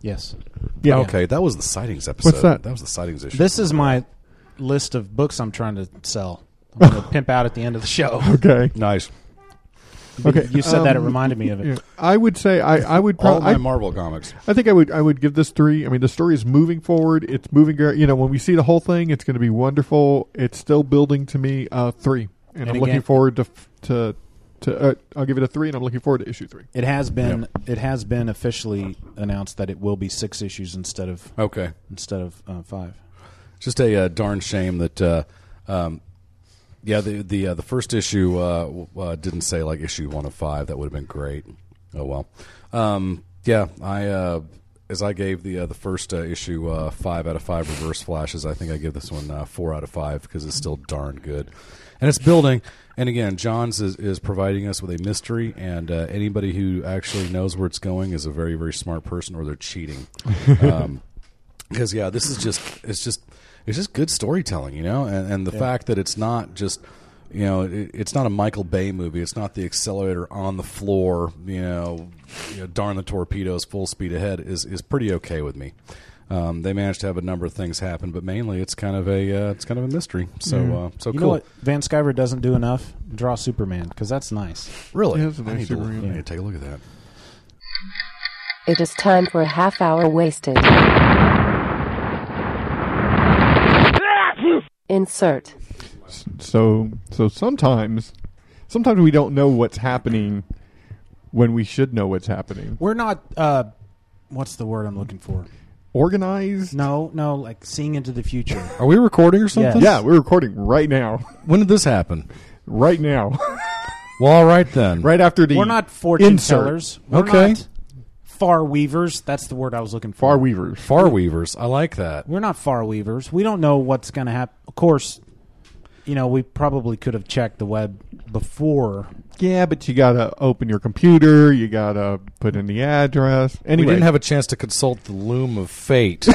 Yes.
Yeah.
Okay, that was the sightings episode.
that?
That was the sightings issue.
This is my list of books I'm trying to sell. I'm going to pimp out at the end of the show.
Okay.
Nice.
Okay. You said that it
um,
reminded me of it.
yeah. I would say I, I would
All
probably
my Marvel comics.
I think I would I would give this three. I mean, the story is moving forward. It's moving. You know, when we see the whole thing, it's going to be wonderful. It's still building to me. Uh, three, and,
And
I'm
again-
looking forward to f- to to. Uh, I'll give it a three, and I'm looking forward to issue three.
It has been it has been officially announced that it will be six issues instead of
Okay.
instead of uh, five.
Just a uh, darn shame that, uh, um, yeah, the the uh, the first issue uh, w- uh, didn't say like issue one of five. That would have been great. Oh well. Um, yeah, I uh, as I gave the uh, the first uh, issue uh, five out of five reverse flashes. I think I give this one uh, four out of five because it's still darn good, and it's building. And again, Johns is, is providing us with a mystery, and uh, anybody who actually knows where it's going is a very very smart person, or they're cheating. Um, because yeah this is just it's just it's just good storytelling you know and, and the
Yeah.
fact that it's not just you know it, it's not a michael bay movie it's not the accelerator on the floor you know, you know darn the torpedoes full speed ahead is is pretty okay with me um, they managed to have a number of things happen but mainly it's kind of a uh, it's kind of a mystery so uh, so
you
cool
know what Van Skyver doesn't do enough? Draw Superman because that's nice.
really
Yeah, it's a nice
I, need to, I
Superman.
need to take a look at that
It is time for a half hour wasted. Insert.
So so sometimes sometimes we don't know what's happening when we should know what's happening.
We're not. Uh, what's the word I'm looking for?
Organized.
No, no, like seeing into the future.
are we recording or something
Yeah, we're recording right now.
when did this happen
Right now.
well all right then
right after the
We're not fortune
insert.
tellers. We're
Okay.
Not far weavers. That's the word I was looking for.
Far Weavers.
far weavers i like that
We're not far weavers. We don't know what's going to happen. Of course, you know we probably could have checked the web before.
Yeah, but you gotta open your computer. You gotta put in the address. Anyway,
we didn't have a chance to consult the loom of fate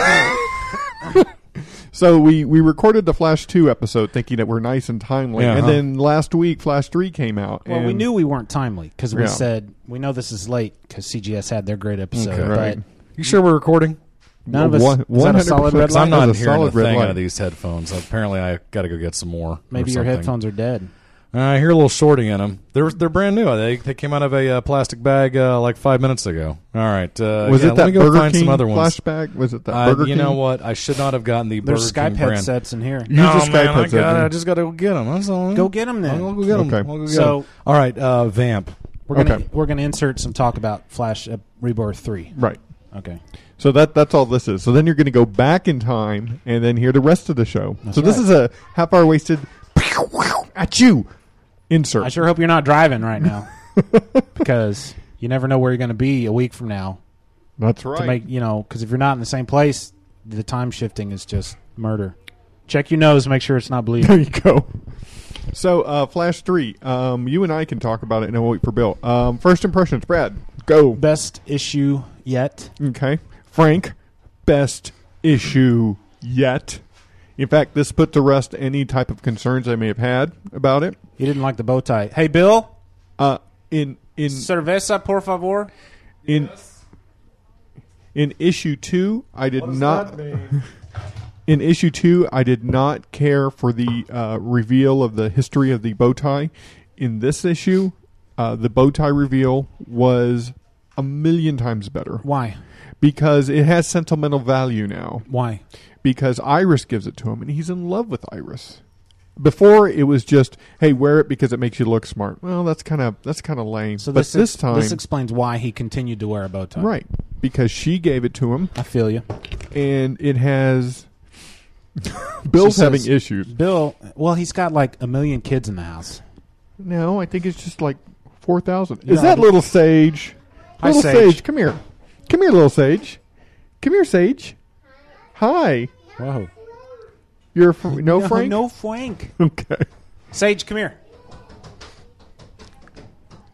so we we recorded the Flash two episode thinking that we're nice and timely,
Yeah,
and
huh.
then last week Flash three came out.
Well, we
and-
knew we weren't timely because we
Yeah.
said we know this is late because CGS had their great episode,
Okay.
Right.
but
You sure we're recording?
none of us.
One-
is that a solid
100%
red
Because
line?
I'm not
That's a
hearing
solid
a
red
thing
light.
out of these headphones. Apparently, I got to go get some more. or
Maybe your
something.
headphones are dead.
Uh, I hear a little shorting in them. They're they're brand new. They they came out of a uh, plastic bag uh, like five minutes ago. All right. Uh,
Was
yeah,
it
let
that
me go
Burger
find
King
some other ones.
flashback? Was it that
Uh,
Burger
you
King?
know what? I should not have gotten the
There's
Burger King
Skype
brand.
headsets in here.
Use
no,
the Skype
man, I,
headset,
gotta,
man.
I just got to get them. That's all.
Go get 'em then.
I'll go get 'em.
Okay.
I'll go get
So-
'em. all right, uh, vamp.
We're gonna
Okay.
we're gonna insert some talk about Flash uh, Rebirth three.
Right.
Okay.
So that that's all this is. So then you're going to go back in time and then hear the rest of the show. so this
right.
is a half hour wasted at you insert.
I sure hope you're not driving right now because you never know where you're gonna be a week from now.
That's right.
To make you know, because if you're not in the same place, the time shifting is just murder. Check your nose, make sure it's not
There
bleeding.
you go. So, uh, Flash 3, um, you and I can talk about it and I'll wait for Bill. Um, first impressions, Brad, go.
Best issue yet.
Okay. Frank, best issue yet. In fact, this put to rest any type of concerns I may have had about it.
He didn't like the bow tie. Hey, Bill.
Uh, in in
cerveza, por favor.
In in issue two, I did not. in issue two, I did not care for the uh, reveal of the history of the bow tie. In this issue, uh, the bow tie reveal was a million times better.
Why?
Because it has sentimental value now.
Why?
Because Iris gives it to him, and he's in love with Iris. Before it was just, hey, wear it because it makes you look smart. Well, that's kind of that's kind of lame.
So
but
this
this
ex-
time,
this explains why he continued to wear a bow tie.
Right. Because she gave it to him.
I feel you.
And it has. Bill's
She says,
having issues.
Bill, well, he's got like a million kids in the house.
No, I think it's just like 4,000. Is
No,
that
I-
little Sage?
Hi,
little
Sage.
Come here. Come here, little Sage. Come here, Sage. Hi.
Whoa.
You're fr- no, Frank?
No Frank.
Okay.
Sage, come here.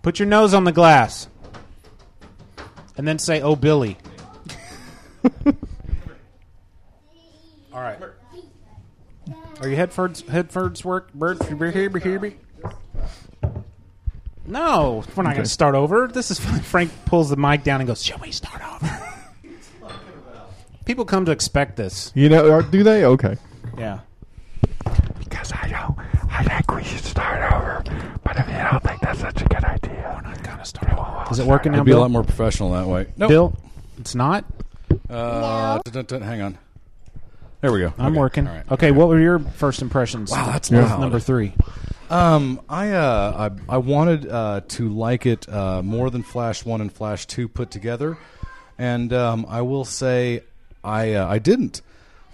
Put your nose on the glass. And then say, oh, Billy. All right. Are you Headford's, Headford's work? Bird, no, we're not
Okay.
going to start over. This is fun. Frank pulls the mic down and goes, shall we start over? People come to expect this.
You know, or do they? Okay.
Yeah.
Because I don't, I think we should start over. But if you don't think that's such a good idea, we're not gonna start over.
Is it working now,
It'd be a
Bill?
lot more professional that way. No,
Bill, it's not.
Uh, dun- dun- dun, hang on. There we go.
I'm
Okay.
working.
All right.
Okay, what were your first impressions?
Wow, that's
with
loud.
number three.
Um, I uh, I, I wanted uh, to like it uh, more than Flash One and Flash Two put together, and um, I will say I uh, I didn't.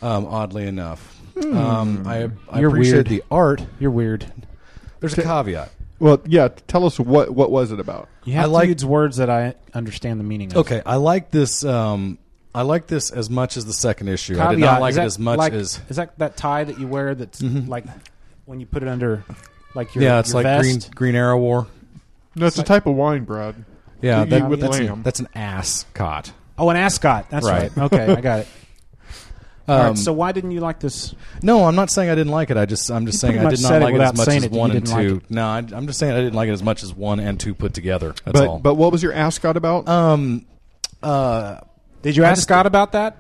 Um, oddly enough, um, I, I
Hmm. You're
appreciate
weird.
the art.
You're weird.
There's a caveat.
Well, yeah, tell us what, what was it about?
You have
I like-
to use words that I understand the meaning of.
Okay, I like this. Um, I like this as much as the second issue. I did
Caveat,
not like
is
it
that
as much
like-
as Mm-hmm.
is that that tie that you wear that's like when you put it under like your
yeah. It's
your
like Green
vest?
Green Arrow War.
No, it's a type of wine, Brad.
Yeah,
You-
that-
you- with
that's,
lamb.
An, that's an ascot.
Oh, an ascot. That's
Right.
right. Okay, I got it. All right,
Um,
so why didn't you like this?
No, I'm not saying I didn't like it. I just I'm just
You
saying
pretty
I
much
did not
said it
like it as
without
much
saying
as
it that you
one and
didn't like
two. no, I, I'm just saying I didn't like it as much as one and two put together. That's
But,
all.
but what was your ascot about?
um, uh,
Did you ask
just-
Scott about that?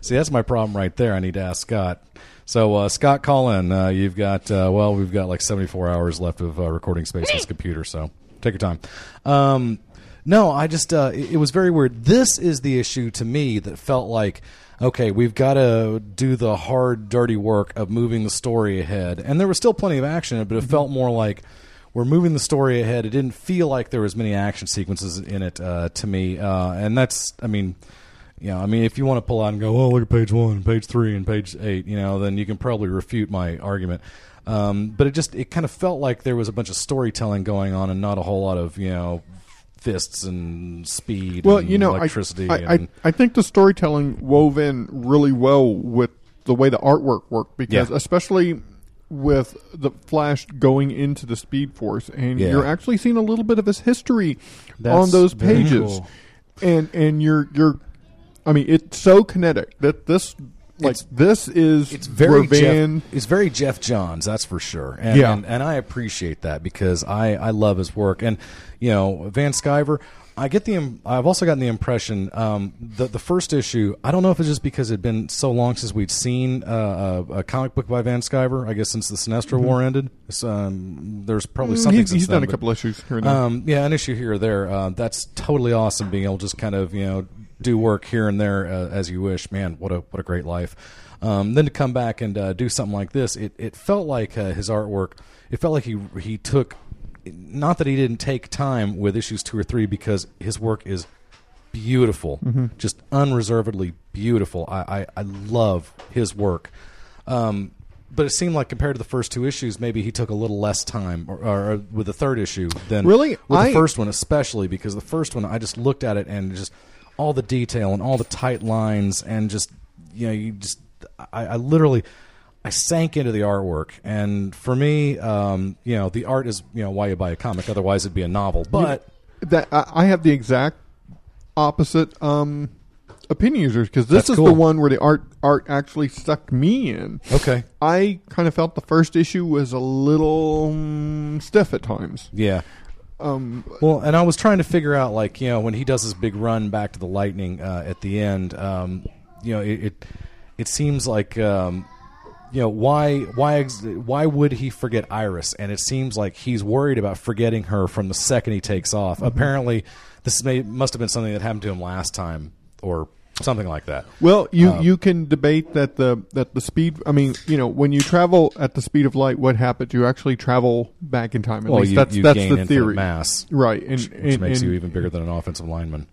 see, that's my problem right there. I need to ask Scott. So uh, Scott, call in. Uh, you've got uh, well, we've got like 74 hours left of uh, recording space on this computer. So take your time. Um, no, I just uh, it, it was very weird. This is the issue to me that felt like. Okay, we've got to do the hard, dirty work of moving the story ahead. And there was still plenty of action in it, but it felt more like we're moving the story ahead. It didn't feel like there was many action sequences in it uh, to me, uh, and that's, I mean, you know, I mean, if you want to pull out and go, oh, look at page one, page three, and page eight, you know, then you can probably refute my argument. Um, but it just, it kind of felt like there was a bunch of storytelling going on and not a whole lot of, you know, fists and speed.
well,
and
you know, I-
electricity.
I, I,
and,
I think the storytelling wove in really well with the way the artwork worked because,
Yeah.
especially with the Flash going into the Speed Force, and
Yeah.
you're actually seeing a little bit of his history on
That's
those
very
pages,
cool.
and and you're you're, I mean, it's so kinetic that this like
It's-
this is
it's very
Revan.
Jeff, it's very Jeff Johns, that's for sure. And,
Yeah.
and, and I appreciate that because I, I love his work. And you know, Van Sciver, I get the im- I've also gotten the impression um, the the first issue. I don't know if it's just because it'd been so long since we'd seen uh, a, a comic book by Van Sciver. I guess since the Sinestro War ended, It's, um, there's probably
Mm-hmm. Mm,
something.
he's-
since
he's
then,
done a
but-
couple issues here and there.
Um, yeah, an issue here or there. Uh, that's totally awesome. Being able to just kind of you know do work here and there uh, as you wish. Man, what a what a great life. Um, then to come back and uh, do something like this, it it felt like uh, his artwork. It felt like he he took. Not that he didn't take time with issues two or three because his work is beautiful,
Mm-hmm.
just unreservedly beautiful. I, I, I love his work. Um, but it seemed like compared to the first two issues, maybe he took a little less time, or, or with the third issue than
Really?
with
I-
the first one, especially because the first one I just looked at it and just all the detail and all the tight lines and just you know you just I, I literally I sank into the artwork and for me, um, you know, the art is you know why you buy a comic, otherwise it'd be a novel. But
that I, I have the exact opposite um, opinion users because this
That's
is
cool.
the one where the art art actually sucked me in.
Okay.
I kind of felt the first issue was a little mm, stiff at times.
Yeah.
Um,
well, and I was trying to figure out, like, you know, when he does his big run back to the Lightning uh, at the end, um, you know, it it, it seems like, um, you know, why why ex- why would he forget Iris? And it seems like he's worried about forgetting her from the second he takes
Mm-hmm.
off. Apparently, this may must have been something that happened to him last time, or something like that.
Well, you,
Um,
you can debate that the that the speed. I mean, you know, when you travel at the speed of light, what happens? You actually travel back in time. At
Well,
least
you-
that's
you
that's
gain
the
infinite
theory.
mass,
right? And,
which, which
and-
makes
and-
you even bigger than an offensive lineman.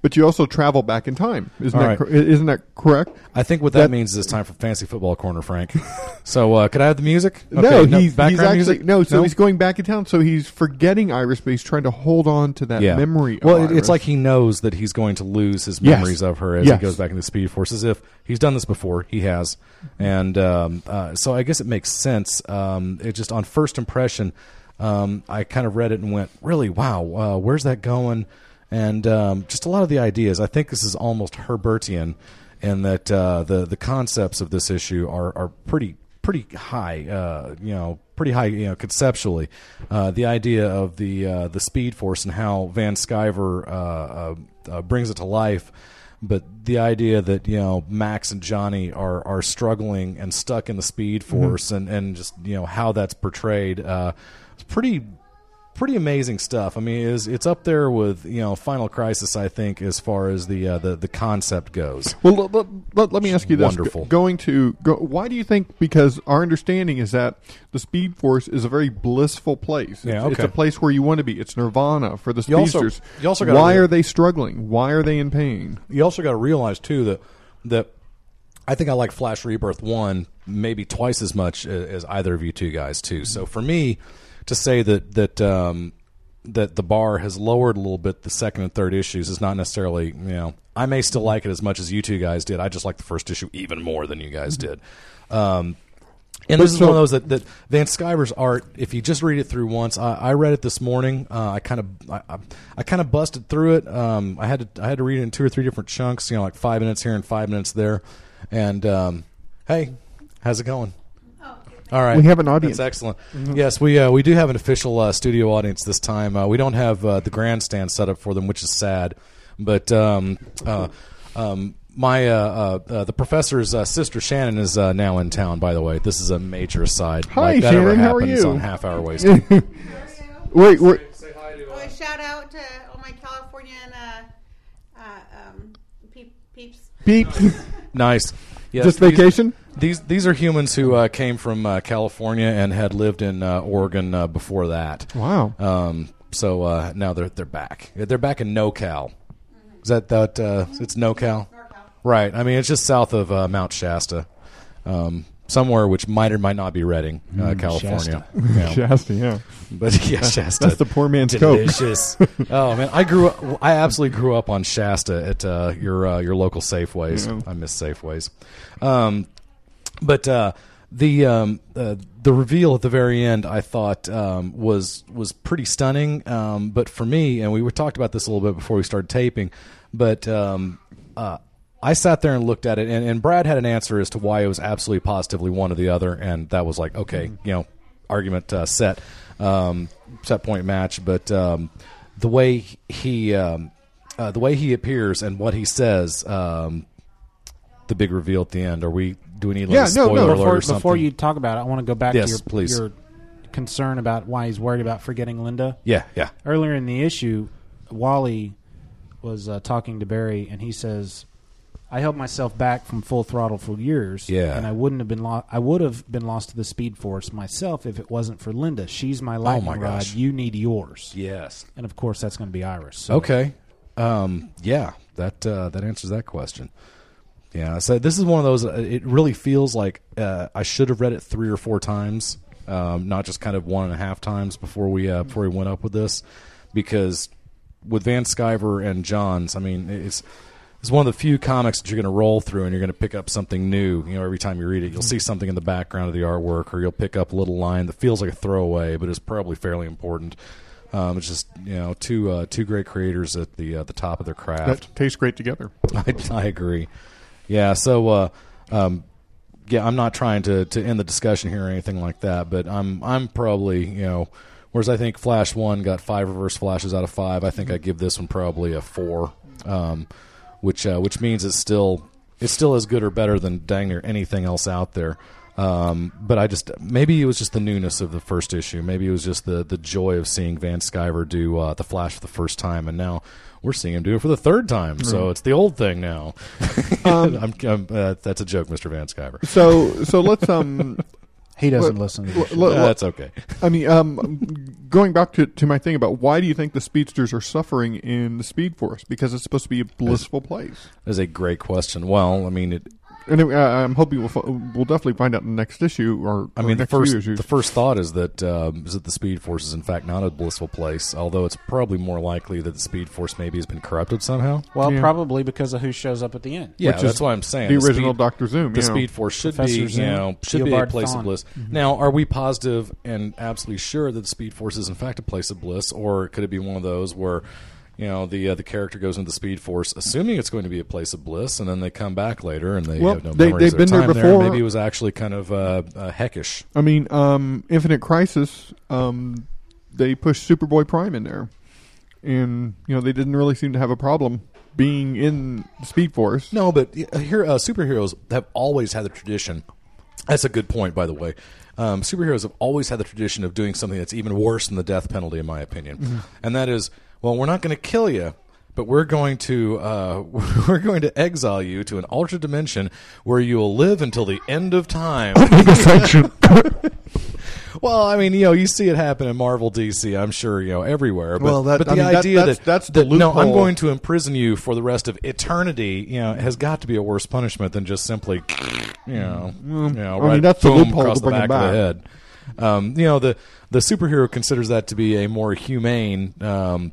but you also travel back in time. Isn't
All
that
right.
cor- isn't that correct?
I think what that, means is time for fancy football corner, Frank. so uh, could I have the music?
no,
Okay,
he's, he's
background
actually
music?
no. So he's going back in town. So he's forgetting Iris, but he's trying to hold on to that
yeah.
memory. Of
Well, it-
Iris.
it's like he knows that he's going to lose his
Yes.
memories of her as
Yes.
he goes back into the Speed Force. As if he's done this before, he has, and um, uh, so I guess it makes sense. Um, it just on first impression, um, I kind of read it and went, "Really? Wow! Uh, where's that going?" And um, just a lot of the ideas. I think this is almost Herbertian, and that uh, the the concepts of this issue are are pretty pretty high, uh, you know, pretty high, you know, conceptually. Uh, the idea of the uh, the Speed Force and how Van Skyver uh, uh, uh, brings it to life, but the idea that you know Max and Johnny are are struggling and stuck in the Speed Force, and and just you know how that's portrayed, uh, it's pretty. Pretty amazing stuff. I mean, it's, it's up there with you know Final Crisis. I think as far as the uh, the the concept goes.
Well, let, let, let, let me ask you this:
Wonderful.
G- Going to go, why do you think? Because our understanding is that the Speed Force is a very blissful place. It's,
Yeah,
it's
okay.
a place where you want to be. It's nirvana for the
You also-
speedsters.
you also gotta
why
re-
are they struggling? Why are they in pain?
you also got to realize too that that I think I like Flash Rebirth one maybe twice as much as, as either of you two guys too. So for me to say that that um, that the bar has lowered a little bit the second and third issues is not necessarily you know I may still like it as much as you two guys did. I just like the first issue even more than you guys did. Um, and
But
this is
so-
one of those that, that Van Skyver's art. If you just read it through once, I, I read it this morning. Uh, I kind of I, I, I kind of busted through it. Um, I had to I had to read it in two or three different chunks. You know, like five minutes here and five minutes there. And um, hey, how's it going? All right,
We have an audience.
That's excellent.
Mhm.
Yes, we uh, we do have an official uh, studio audience this time. Uh, we don't have uh, the grandstand set up for them, which is sad. But um, uh, um, my uh, uh, uh, the professor's uh, sister Shannon is uh, now in town. By the way, this is a major aside.
Hi,
like that ever
Shannon, how are
happens
you?
On half hour wasted.
Wait, wait.
Oh, a shout out to all my Californian uh, uh, um, peep, peeps.
Peeps.
Nice. Yes,
Just
these-
vacation?
These these are humans who uh, came from uh, California and had lived in uh, Oregon uh, before that.
Wow.
Um, so uh, now they're they're back. They're back in NoCal. Is that that? Uh, it's NoCal. Right. I mean, it's just south of uh, Mount Shasta, um, somewhere which might or might not be Redding, uh,
Mm,
California.
Shasta. Shasta, yeah.
But yeah,
That's-
Shasta.
that's the poor man's Coke.
Delicious. oh man, I grew up. I absolutely grew up on Shasta at uh, your uh, your local Safeways.
Yeah.
I miss Safeways. Um, but uh, the um, uh, the reveal at the very end, I thought um, was was pretty stunning. Um, but for me, and we were talked about this a little bit before we started taping, but um, uh, I sat there and looked at it, and, and Brad had an answer as to why it was absolutely positively one or the other, and that was like, okay, you know, argument uh, set, um, set point match. But um, the way he um, uh, the way he appears and what he says. Um, the big reveal at the end. Are we? Do we need? Like, a spoiler alert
Before,
or something?
before you talk about it, I want to go back
Yes,
to your,
please.
your concern about why he's worried about forgetting Linda.
Yeah, yeah.
Earlier in the issue, Wally was uh, talking to Barry, and he says, "I held myself back from full throttle for years.
Yeah.
and I wouldn't have been lost. I would have been lost to the Speed Force myself if it wasn't for Linda. She's my lightning
Oh my
rod.
gosh.
You need yours.
Yes,
and of course that's going to be Iris. So.
Okay. Um, yeah, that uh, that answers that question. Yeah, so this is one of those. uh, It really feels like uh, I should have read it three or four times, um, not just kind of one and a half times before we uh, before we went up with this, because with Van Skyver and Johns, I mean, it's it's one of the few comics that you're going to roll through and you're going to pick up something new. You know, every time you read it, you'll see something in the background of the artwork, or you'll pick up a little line that feels like a throwaway, but is probably fairly important. Um, it's just you know two uh, two great creators at the uh, the top of their craft.
That tastes great together.
I, I agree. Yeah. So, uh, um, yeah, I'm not trying to, to end the discussion here or anything like that, but I'm I'm probably you know, whereas I think Flash One got five reverse flashes out of five, I think I give this one probably a four, um, which uh, which means it's still it's still as good or better than dang near anything else out there. Um, but I just maybe it was just the newness of the first issue. Maybe it was just the the joy of seeing Van Sciver do uh, the Flash for the first time, and now we're seeing him do it for the third time. So
Mm.
it's the old thing now. I'm, I'm, uh, that's a joke, Mister Van Sciver.
So so let's um.
He doesn't
let-
listen to
let-
this shit.
let-
That's okay.
I mean, um, going back to, to my thing about why do you think the speedsters are suffering in the Speed Force? Because it's supposed to be a blissful place.
That is a great question. Well, I mean, it,
And uh, I'm hoping we'll, fi- we'll definitely find out in the next issue or
I
or
mean, the
next few
first
issues.
the first thought is that um, is that the Speed Force is in fact not a blissful place. Although it's probably more likely that the Speed Force maybe has been corrupted somehow.
Well, probably because of who shows up at the end.
Yeah, that's why I'm saying
the
Speed-
original Dr. Zoom,
The
yeah.
Speed Force should
Professor
be,
Zoom, Mm-hmm.
you know, should be a
Theobard
place
Thon.
of bliss. Now, are we positive and absolutely sure that the Speed Force is in fact a place of bliss, or could it be one of those where, you know, the uh, the character goes into the Speed Force assuming it's going to be a place of bliss, and then they come back later and they
Well,
have no
they-
memories
they've
of
been
their
there
time
before.
Maybe it was actually kind of uh, uh, heckish.
I mean, um, Infinite Crisis, um, they pushed Superboy Prime in there. And, you know, they didn't really seem to have a problem being in the Speed Force.
No, but uh, here uh, superheroes have always had the tradition. That's a good point, by the way. Um, superheroes have always had the tradition of doing something that's even worse than the death penalty, in my opinion,
Mhm.
and that is, well, we're not going to kill you, but we're going to uh, we're going to exile you to an alternate dimension where you will live until the end of time. well, I mean, you know, you see it happen in Marvel, DC. I'm sure you know everywhere. But,
Well, that-
but the
I mean, that-
idea
that's-
that
that's the
that, no, I'm
loophole.
going to imprison you for the rest of eternity, you know, has got to be a worse punishment than just simply, you know,
Mm.
you know
I mean,
right,
that's the
boom,
loophole
across
to
the
bring
back,
him
of the
back.
head. Um, you know, the the superhero considers that to be a more humane um,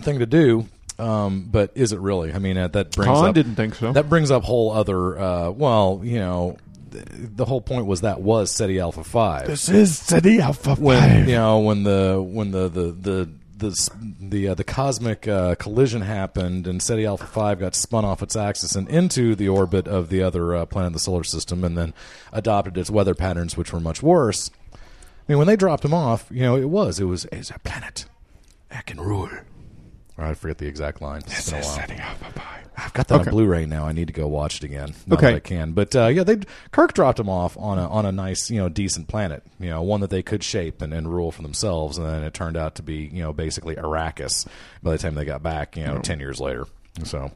thing to do. Um, but is it really? I mean, uh, that brings
Khan
up,
didn't think so.
That brings up whole other. Uh, well, you know, th- the whole point was that was SETI Alpha Five.
This is SETI Alpha
When
5.
you know when the when the the the the s- the, uh, the cosmic uh, collision happened and SETI Alpha Five got spun off its axis and into the orbit of the other uh, planet of the solar system, and then adopted its weather patterns, which were much worse. I mean, when they dropped him off, you know, it was it was it's a planet that can rule. I forget the exact line. It's been a while. I've got that
Okay.
on Blu-ray now. I need to go watch it again. Not
Okay.
that I can. But uh, yeah, they Kirk dropped them off on a on a nice, you know, decent planet. You know, one that they could shape and, and rule for themselves. And then it turned out to be, you know, basically Arrakis by the time they got back. You know,
Oh.
ten years later. So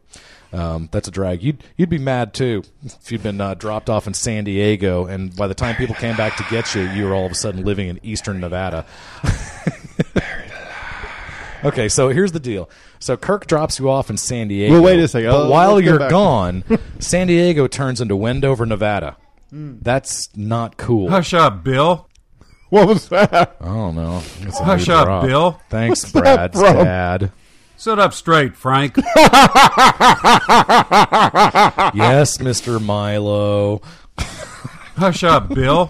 um, that's a drag. You'd you'd be mad too if you'd been uh, dropped off in San Diego, and by the time people came back to get you, you were all of a sudden living in Eastern Nevada. Okay, so here's the deal. So Kirk drops you off in San Diego.
Well, wait a second.
But
Oh,
Uh,
while
let's go
you're
back.
gone, San Diego turns into Wendover, Nevada.
Mm.
That's not cool.
Hush up, Bill.
What was that?
I don't know. That's a
Hush
new
up,
drop.
Bill.
Thanks,
What's that
Brad's
from?
dad.
Sit up straight, Frank.
Yes, Mr. Milo.
Hush up, Bill.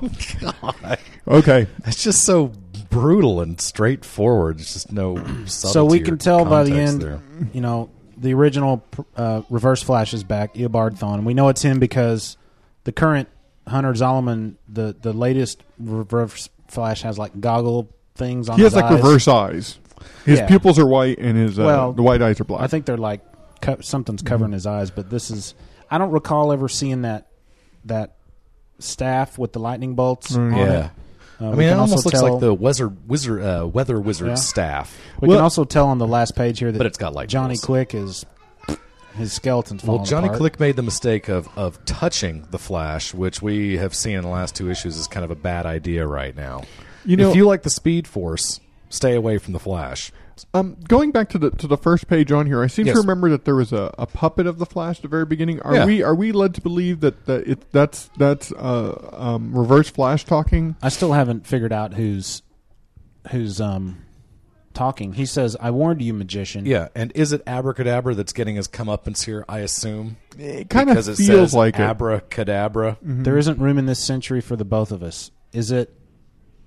Okay.
It's just so brutal and straightforward. It's just no
So we can tell by the end,
There.
you know, the original uh, Reverse Flash is back, Eobard Thawne. We know it's him because the current Hunter Zolomon, the, the latest Reverse Flash, has like goggle things on
He
his
has like
eyes.
reverse eyes. His
Yeah.
pupils are white and his uh,
Well,
the white eyes are black.
I think they're like co- something's covering
Mm-hmm.
his eyes, but this is I don't recall ever seeing that that staff with the lightning bolts.
Mm.
on
Yeah.
it. Uh,
I
we
mean, it
can also
almost looks
tell-
like the wizard, wizard, uh, weather wizard
Yeah.
staff.
We can also tell on the last page here that
But it's got lightning
Johnny
bolts.
Quick is his skeleton's falling
Well, Johnny
apart.
Click made the mistake of of touching the Flash, which we have seen in the last two issues is kind of a bad idea right now.
You know-
if you like the Speed Force, stay away from the Flash.
Um, going back to the to the first page on here, I seem
Yes.
to remember that there was a, a puppet of the Flash at the very beginning. Are
Yeah.
we are we led to believe that, that it, that's that's uh, um, reverse Flash talking?
I still haven't figured out who's who's um talking. He says, "I warned you, magician."
Yeah, and is it Abracadabra that's getting his comeuppance here? I assume
it kinda
Because
feels
says
like it.
Abracadabra.
Mm-hmm. There isn't room in this century for the both of us. Is it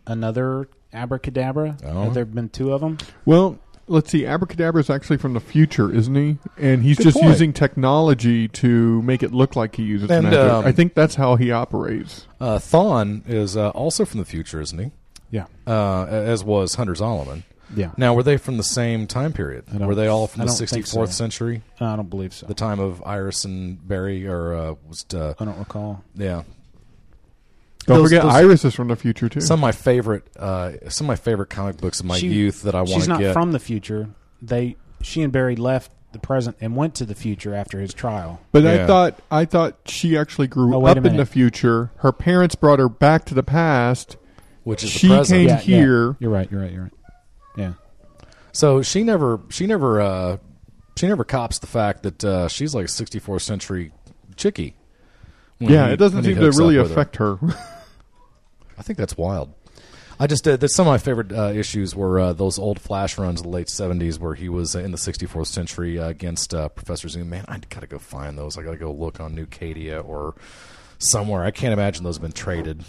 another Abracadabra.
Oh.
Have there been two of them?
Well, let's see. Abracadabra is actually from the future, isn't he? And he's
Good
just
point.
using technology to make it look like he uses
And,
magic.
um,
I think that's how he operates.
Uh, Thawne is uh, also from the future, isn't he?
Yeah.
Uh, a- as was Hunter Zolomon.
Yeah.
Now, were they from the same time period?
don't-
Were they all
I
from the
don't think
64th
so.
century?
I don't believe so.
The time of Iris and Barry, or uh, was it, uh,
I don't recall.
Yeah.
Don't forget, Iris is from the future too.
Some of my favorite, uh, some of my favorite comic books of my
She-
youth that I want
She's
to
not
get.
from the future. They she and Barry left the present and went to the future after his trial.
But I thought I thought she actually grew
Oh, wait
up
a
in the
minute.
future. Her parents brought her back to the past,
Which is the
she
present.
came
Yeah, yeah.
here.
You're right. You're right. You're right. Yeah.
So she never, she never, uh, she never cops the fact that uh, she's like a 64th century chickie. when
yeah,
he-
it doesn't
when he
seem to
hooks up
really
with her.
affect her.
I think that's wild. I just uh, that's some of my favorite uh, issues were uh, those old flash runs of the late seventies where he was uh, in the sixty fourth century uh, against uh, Professor Zoom. Man, I gotta go find those. I gotta go look on New Cadia or somewhere. I can't imagine those have been traded.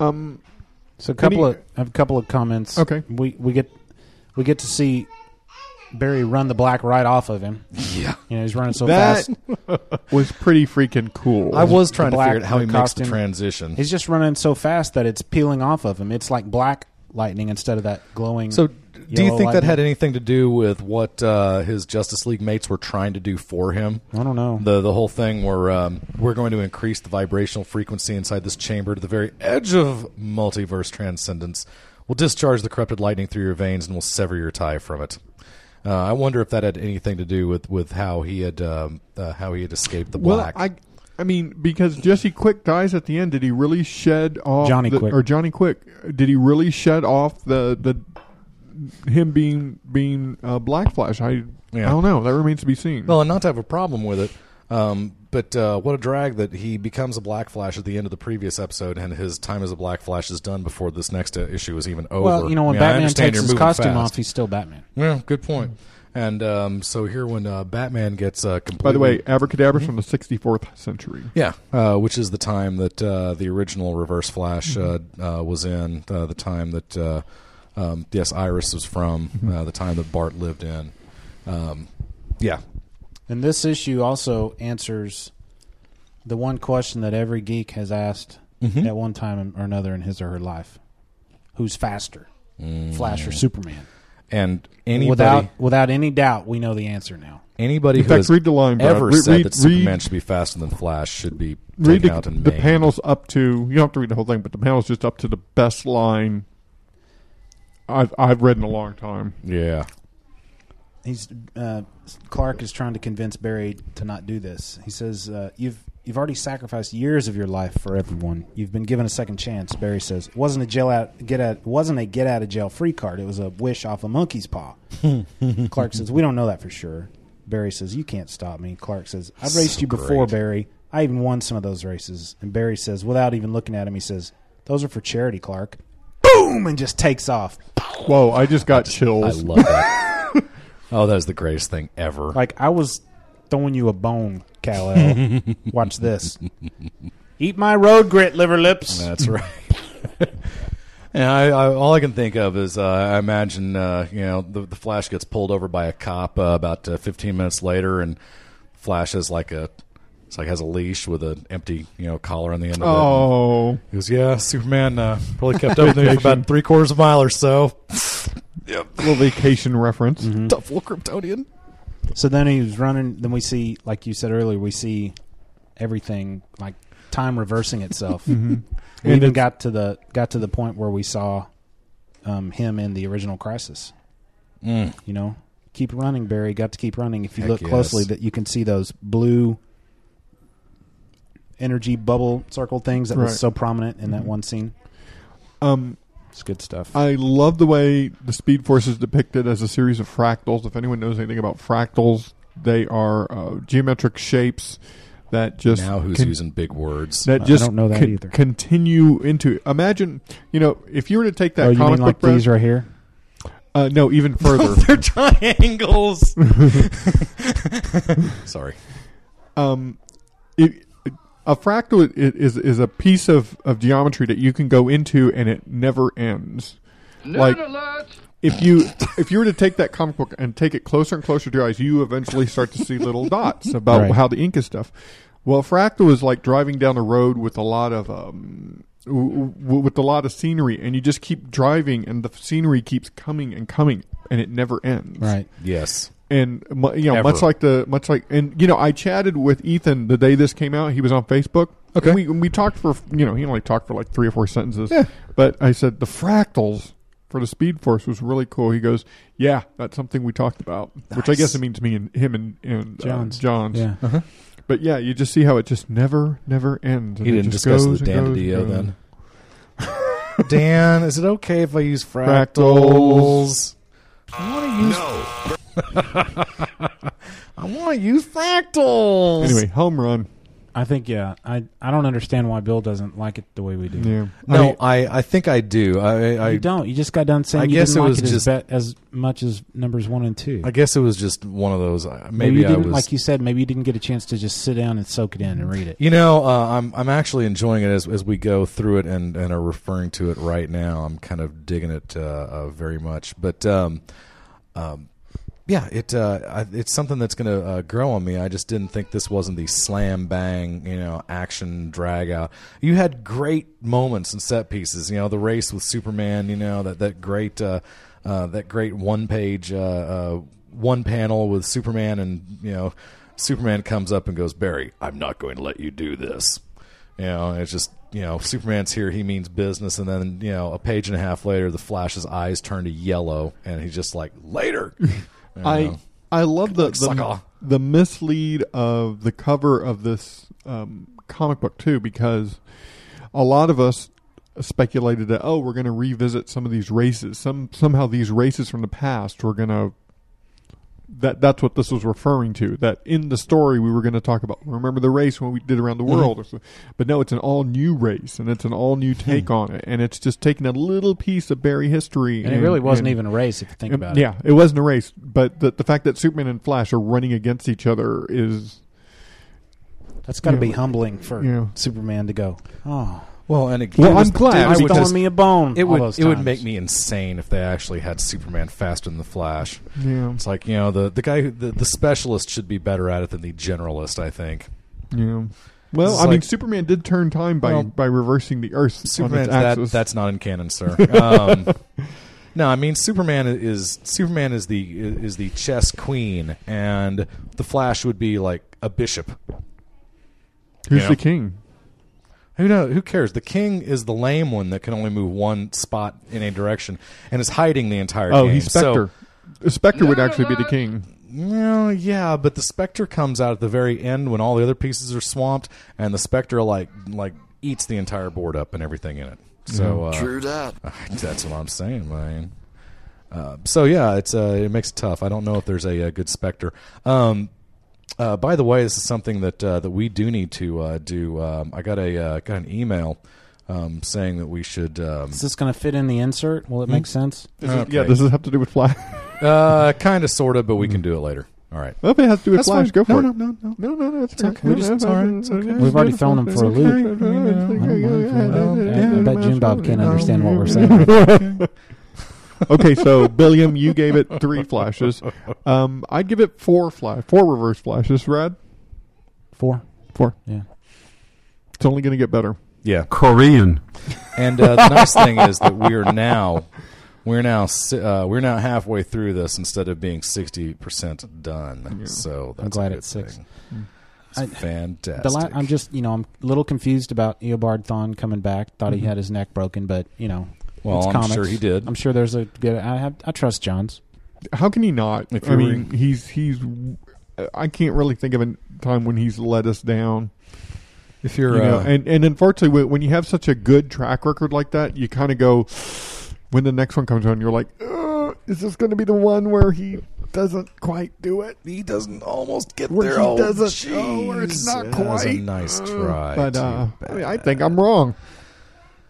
Um,
so a couple of I have a couple of comments. Okay, we we get we get to see Barry run the black right off of him.
Yeah,
you know he's running so
that
fast.
was pretty freaking cool.
I was trying
The
to
black
figure out how he makes the
costume.
transition.
He's just running so fast that it's peeling off of him. It's like black lightning instead of that glowing.
So, do you think
yellow
that
lightning.
had anything to do with what uh, his Justice League mates were trying to do for him?
I don't know.
The the whole thing where um, we're going to increase the vibrational frequency inside this chamber to the very edge of multiverse transcendence. We'll discharge the corrupted lightning through your veins and we'll sever your tie from it. Uh, I wonder if that had anything to do with, with how he had um, uh, how he had escaped the
well,
black.
I, I mean, because Jesse Quick dies at the end. Did he really shed off
Johnny
the-
Quick.
or Johnny Quick? Did he really shed off the the him being being uh, Black Flash? I
Yeah.
I don't know. That remains to be seen.
Well, and not to have a problem with it, um, but uh, what a drag that he becomes a Black Flash at the end of the previous episode, and his time as a Black Flash is done before this next uh, issue is even over.
well, you know when
I mean, I
Batman
understand
takes
you're
his
moving
costume
fast.
off, he's still Batman.
Yeah, good point. And um, so here, when uh, Batman gets uh, completely,
By the way, Abracadabra
Mm-hmm.
from the sixty fourth century.
yeah, uh, which is the time that uh, the original Reverse Flash uh,
Mm-hmm.
uh, was in, uh, the time that uh, um, yes, Iris was from,
Mm-hmm.
uh, the time that Bart lived in. Um, yeah,
And this issue also answers the one question that every geek has asked at one time or another in his or her life: Who's faster, Flash or Superman?
and anybody
Without without any doubt, we know the answer now.
Anybody
In
who
fact,
has
read the line, Brad.
ever
Re-
said
read-
that Superman
read-
should be faster than Flash should be
Read
taken
the,
out and
the
maimed.
panels up to you don't have to read the whole thing, but the panels just up to the best line I've I've read in a long time.
Yeah,
He's uh, Clark is trying to convince Barry to not do this. He says, uh, "You've you've already sacrificed years of your life for everyone. You've been given a second chance." Barry says, "It wasn't a jail out get out it wasn't a get out of jail free card. It was a wish off a monkey's paw." Clark says, "We don't know that for sure." Barry says, "You can't stop me." Clark says, "I've raced
So
you before,
great.
Barry. I even won some of those races." And Barry says, without even looking at him, he says, "Those are for charity, Clark." Boom, and just takes off.
Whoa, I just got chills.
I love that. oh, that is the greatest thing ever.
Like I was throwing you a bone, Kal El. Watch this. Eat my road grit, liver lips.
That's right. And I, I, all I can think of is uh, I imagine uh, you know the, the Flash gets pulled over by a cop uh, about uh, 15 minutes later, and Flash has like a it's like has a leash with an empty you know collar on the end of it.
Oh.
he goes, yeah, Superman uh, probably kept up there for about three quarters of a mile or so. yep,
little vacation reference.
Tough little Kryptonian.
So then he was running. Then we see, like you said earlier, we see everything like time reversing itself.
Mm-hmm.
Mhm.
We
And
even
it's-
got to the got to the point where we saw um, him in the original Crisis. You know, keep running, Barry. Got to keep running. If
Mm.
you
Heck
look
yes.
closely, that you can see those blue energy bubble circle things that
Right.
was so prominent in
Mm-hmm.
that
Mhm.
one scene.
Um,
It's good stuff.
I love the way the Speed Force is depicted as a series of fractals. If anyone knows anything about fractals, they are uh, geometric shapes that just
Now who's
can-
using big words?
that
I
just
don't know that
con-
either.
continue into. Imagine, you know, if you were to take that
oh, you
comic
mean like
book, Brad-
these right here?
uh, no, even further.
They're triangles. Sorry.
um, it, a fractal i- is is a piece of, of geometry that you can go into and it never ends. like if you if you were to take that comic book and take it closer and closer to your eyes, you eventually start to see little dots about
Right.
how the ink is stuff. Well, Fractal is like driving down a road with a lot of um, w- w- with a lot of scenery, and you just keep driving, and the scenery keeps coming and coming, and it never ends.
Right.
Yes.
And mu- you know,
Ever.
much like the much like, and you know, I chatted with Ethan the day this came out. He was on Facebook. Okay. we we talked for you know he only talked for like three or four sentences.
Yeah.
But I said the fractals for the Speed Force was really cool. He goes, yeah, that's something we talked about, which I
Nice.
guess it means me and him and and uh,
Johns.
Johns.
Yeah. Uh-huh.
But yeah, you just see how it just never never ends. and
He
it
didn't
just
discuss
goes
the
and goes
dandelion,
and goes.
then. Dan, is it okay if I use
Fractals.
fractals? I want to use. I want to use fractals.
Anyway, home run.
I think yeah. I I don't understand why Bill doesn't like it the way we do.
Yeah.
No, I, I, think I do. I, I
you don't. You just got done saying
I
you
guess
didn't
it
like
was
it as,
just-
bet, as much as numbers one and two.
I guess it was just one of those. I- Maybe,
you
I
didn't,
was
like you said, maybe you didn't get a chance to just sit down and soak it in and read it.
You know, uh, I'm I'm actually enjoying it as as we go through it and, and are referring to it right now. I'm kind of digging it uh, uh, very much, but um, um, yeah, it uh, I, it's something that's going to uh, grow on me. I just didn't think this wasn't the slam bang, you know, action drag out. You had great moments and set pieces. You know, the race with Superman. You know that that great uh, uh, that great one page uh, uh, one panel with Superman and you know. Superman comes up and goes, Barry, I'm not going to let you do this. You know, and it's just you know, Superman's here, he means business, and then you know, a page and a half later, the Flash's eyes turn to yellow, and he's just like, later. You
I
know.
I love the
Like, suck
the,
off.
the mislead of the cover of this um, comic book too, because a lot of us speculated that oh, we're going to revisit some of these races. Some somehow these races from the past were going to that that's what this was referring to. That in the story we were going to talk about. Remember the race when we did around the
Mm-hmm.
Mhm.
world, or so, but no, it's an all new race and it's an all
Hmm.
new take on it, and it's just taking a little piece of Barry history.
And it really wasn't even a race, if you think
and-
about it.
Yeah, it wasn't a race, but the the fact that Superman and Flash are running against each other is
That's got to
Yeah.
be humbling for
Yeah.
Superman to go. Oh,
Well, and it,
Well,
it
I'm glad.
it
Dude,
would
throwing me a bone
It
all
would
those
it would
times.
make me insane if they actually had Superman faster than the Flash.
Yeah.
It's like you know the the guy who, the the specialist should be better at it than the generalist. I think.
Yeah. Well,
It's
I mean,
like-
Superman did turn time by
Well,
by reversing the Earth on
Superman
its
that,
axis.
that's not in canon, sir. Um, no, I mean Superman is Superman is the is the chess queen, and the Flash would be like a bishop.
Who's
Yeah.
the king?
Who knows? Who cares? The king is the lame one that can only move one spot in a direction and is hiding the entire
Oh,
game.
he's Spectre. Uh, Spectre would actually be the king.
Well, yeah, but the Spectre comes out at the very end when all the other pieces are swamped, and the Spectre like like eats the entire board up and everything in it.
Mm-hmm.
So
Yeah.
uh,
True that.
That's what I'm saying, man. Uh, so yeah, it's uh, it makes it tough. I don't know if there's a, uh good Spectre. Um, uh, by the way, this is something that uh, that we do need to uh, do. Um, I got a uh, got an email um, saying that we should. Um,
is this going to fit in the insert? Will it make
Hmm?
sense?
This is- Uh, Yeah, does this have to do with Flash?
uh, kind of, sort of, but we can do it later. All right.
Well, if it has to do with
That's
Flash,
fine.
go for
No,
it.
no,
no, no, no, no. It's,
okay. We just- it's all right. It's okay.
We've already thrown him for a loop. I bet Jim Bob can't understand what we're saying.
okay, so Billiam, you gave it three flashes. Um, I'd give it four flash, four reverse flashes. Rad,
four,
four.
Yeah,
it's only going to get better.
Yeah,
Korean.
And uh, the nice thing is that we are now we're now si- uh, we're now halfway through this instead of being sixty percent done. So that's
I'm glad
a good
it's six.
thing. It's
I-
fantastic.
The la- I'm just, you know, I'm a little confused about Eobard Thawne coming back. Thought
Mhm.
he had his neck broken, but you know,
Well,
it's
I'm
comics.
sure he did.
I'm sure there's a good. I have. I trust Johns.
How can he not?
If
I
you
mean, he's he's. I can't really think of a time when he's let us down.
If you're,
you know,
uh,
and and unfortunately, when, when you have such a good track record like that, you kind of go when the next one comes on, you're like, "Ugh, is this going to be the one where he doesn't quite do it?
He doesn't almost get
Where
there.
he
oh,
doesn't- oh, where it's
jeez.
not
That was a
quite.
nice try.
but
too.
uh, I, mean, I think I'm wrong.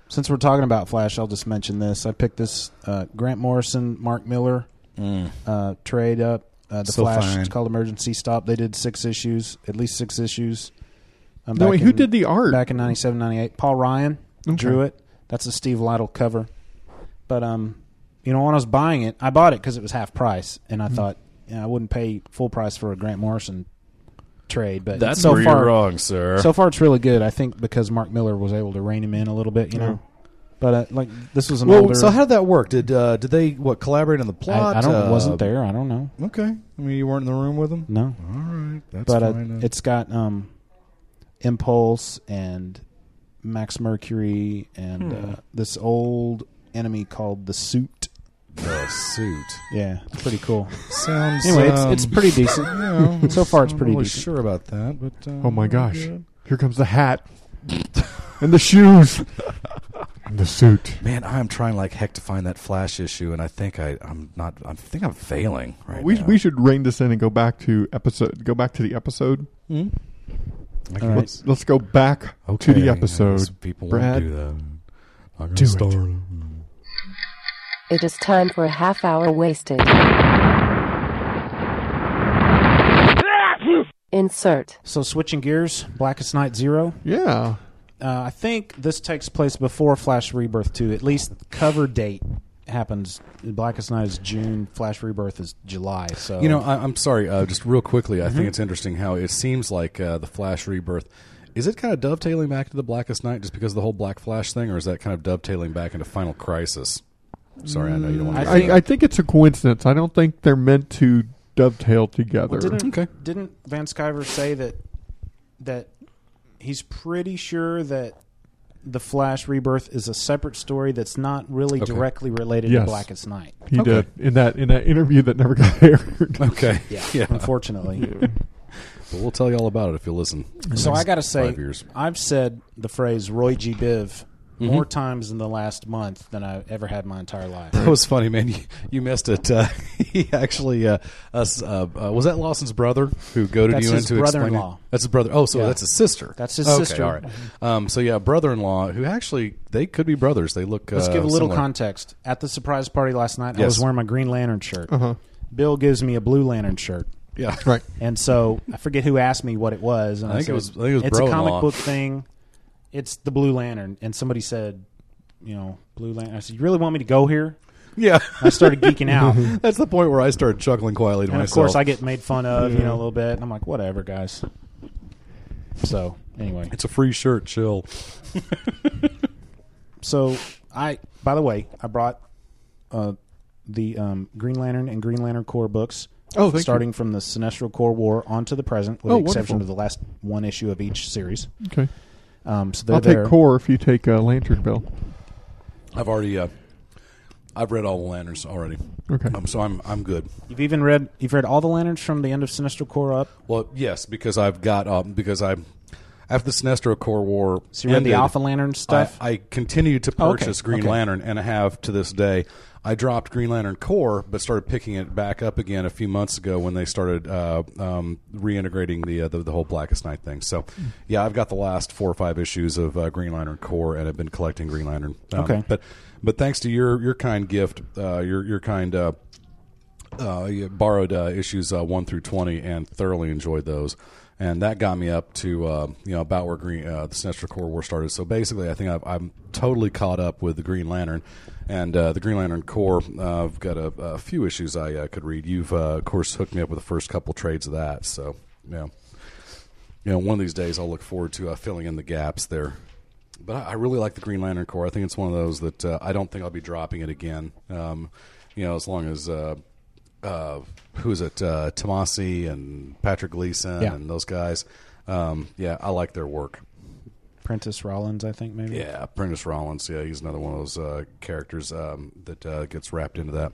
Since we're talking about Flash, I'll just mention this. I picked this uh, Grant Morrison, Mark Miller uh, trade up. Uh, the
Mm. So
Flash.
fine.
It's called Emergency Stop. They did six issues, at least six issues. Um,
No,
back
wait, who
in-
did the art?
back in 97, 98? Paul Ryan
Okay.
drew it. That's a Steve Lytle cover. But um, you know, when I was buying it, I bought it because it was half price, and
Mm.
I thought you know, I wouldn't pay full price for a Grant Morrison trade. But
That's
so
where you're
far,
wrong, sir.
So far, it's really good. I think because Mark Miller was able to rein him in a little bit, you know. But uh, like this was an
well,
older.
so how did that work? Did uh, did they what collaborate on the plot?
I, I don't
Uh,
wasn't there. I don't know.
Okay, I mean you weren't in the room with them.
No.
All right, that's
but uh,
fine.
it's got um, Impulse and Max Mercury and
Hmm.
uh, this old enemy called the Suit.
The Suit.
Yeah, it's pretty cool.
Sounds
anyway. It's,
um,
it's pretty decent.
you know,
so far, it's
I'm
pretty
not really
decent.
sure about that, but uh,
Oh my gosh!
good.
Here comes the hat and the shoes and the suit.
Man, I am trying like heck to find that Flash issue, and I think I, I'm not. I think I'm failing right
we
now.
we should rein this in and go back to episode. Go back to the episode.
Mhm. I guess.
Let's, let's go back
Okay,
to the
I
episode.
guess people won't
Brad,
do that. I'm gonna
do it.
start.
It is time for a half hour wasted. Insert.
So switching gears, Blackest Night Zero.
Yeah.
Uh, I think this takes place before Flash Rebirth 2. At least cover date happens. Blackest Night is June. Flash Rebirth is July. So
You know, I, I'm sorry. Uh, just real quickly, I
Mm-hmm.
Mhm.
think it's interesting how it seems like uh, the Flash rebirth. Is it kind of dovetailing back to the Blackest Night just because of the whole Black Flash thing, or is that kind of dovetailing back into Final Crisis? Sorry, I know you don't want to.
Mm, I, I think it's a coincidence. I don't think they're meant to dovetail together.
Well, didn't didn't Van Sciver say that that he's pretty sure that the Flash Rebirth is a separate story that's not really
Okay.
directly related
Yes.
to Blackest Night.
He
Okay.
did in that in that interview that never got aired.
Okay.
Yeah, unfortunately.
but we'll tell you all about it if you listen.
So I got to
to
say,
five years.
I've said the phrase Roy G. Biv
Mhm.
more times in the last month than I ever had in my entire life.
That was funny, man. You, you missed it. Uh, he actually uh, us uh, uh, was that Lawson's brother who goaded
That's
you
his
into explaining-
brother-in-law.
That's his brother. Oh, so
Yeah.
that's his sister.
That's his
Okay,
sister.
All right. Um, so yeah, brother-in-law who actually they could be brothers. They look.
Let's
uh,
give a little
similar.
context. At the surprise party last night, I
Yes.
was wearing my Green Lantern shirt.
Uh-huh.
Bill gives me a Blue Lantern shirt.
Yeah,
right.
And so I forget who asked me what it was. And
I
I,
think it
said,
was- I think it was
It's a
bro-in-law."
comic book thing. It's the Blue Lantern. And somebody said, you know, Blue Lantern. I said, you really want me to go here?
Yeah,
I started geeking out.
That's the point where I started chuckling quietly to
and of
myself.
course, I get made fun of, you
Yeah.
know, a little bit, and I'm like, whatever, guys. So anyway,
it's a free shirt. Chill.
so I, by the way, I brought uh, the um, Green Lantern and Green Lantern Corps books.
Oh, thank you.
starting from the Sinestro Corps War onto the present, with
Oh,
the exception
wonderful.
of the last one issue of each series.
Okay.
Um, so they're
I'll
there.
take core if you take uh, lantern bill.
I've already. Uh, I've read all the lanterns already.
Okay.
Um, so I'm I'm good.
You've even read you've read all the lanterns from the end of Sinestro Corps up.
Well, yes, because I've got um, because I after the Sinestro Corps War.
So you read the
ended,
Alpha Lantern stuff?
I, I continued to
Oh, okay,
purchase Green
okay.
Lantern, and I have to this day. I dropped Green Lantern Corps, but started picking it back up again a few months ago when they started uh, um, reintegrating the, uh, the the whole Blackest Night thing. So, yeah, I've got the last four or five issues of uh, Green Lantern Corps, and I've been collecting Green Lantern. Um,
Okay.
but but thanks to your your kind gift, uh, your your kind. Uh, uh, you borrowed uh, issues uh, one through twenty and thoroughly enjoyed those, and that got me up to uh, you know about where Green uh, the Sinestro Corps War started. So basically, I think I've, I'm totally caught up with the Green Lantern, and uh, the Green Lantern Corps. Uh, I've got a, a few issues I uh, could read. You've uh, of course hooked me up with the first couple trades of that. So yeah, you know one of these days I'll look forward to uh, filling in the gaps there. But I, I really like the Green Lantern Corps. I think it's one of those that uh, I don't think I'll be dropping it again. Um, you know, as long as uh, uh, who is it? Uh, Tomasi and Patrick Gleason
Yeah.
and those guys. Um, yeah, I like their work.
Prentice Rollins, I think maybe.
Yeah, Prentice Rollins. Yeah, he's another one of those uh, characters um, that uh, gets wrapped into that.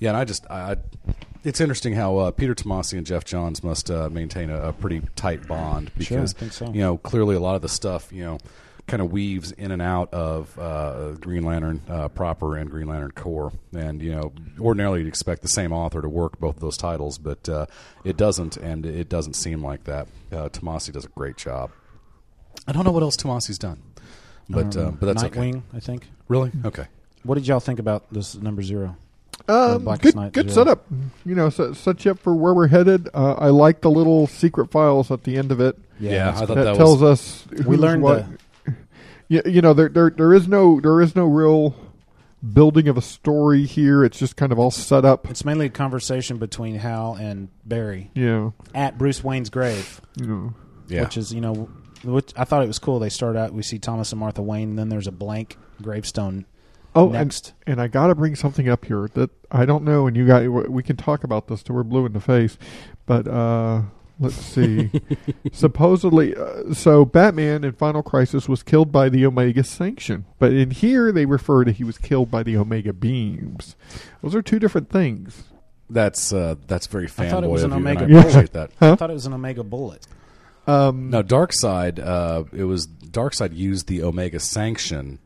Yeah, and I just, I, I- it's interesting how uh, Peter Tomasi and Jeff Johns must uh, maintain a, a pretty tight bond
Sure, I
because
think so.
you know clearly a lot of the stuff you know kind of weaves in and out of uh, Green Lantern uh, proper and Green Lantern Core, and you know ordinarily you'd expect the same author to work both of those titles, but uh, it doesn't, and it doesn't seem like that. Uh, Tomasi does a great job. I don't know what else Tomasi's done, but
Um,
uh, but that's okay.
Nightwing, I think.
Really? Okay.
What did y'all think about this number zero? Or
Um,
Blackest
good,
Night
good
Zero?
setup. You know, set, set you up for where we're headed. Uh, I like the little secret files at the end of it.
Yeah, Yeah, I thought that
tells
was-
us
We
who's
learned
what. You, you know, there, there there is no there is no real building of a story here. It's just kind of all set up.
It's mainly a conversation between Hal and Barry.
Yeah.
At Bruce Wayne's grave.
Yeah.
Yeah.
Which is, you know, which I thought it was cool. They start out, we see Thomas and Martha Wayne, then there's a blank gravestone.
Oh,
next.
and and I got to bring something up here that I don't know, and you got we can talk about this till we're blue in the face, but uh, let's see. Supposedly, uh, so Batman in Final Crisis was killed by the Omega Sanction, but in here they refer to he was killed by the Omega beams. Those are two different things.
That's uh, that's very
I thought it
fanboy
was
of
an
you. and I
Omega
appreciate
bullet.
that.
I thought it was an Omega bullet.
Um,
no, Darkseid. Uh, it was Darkseid used the Omega sanction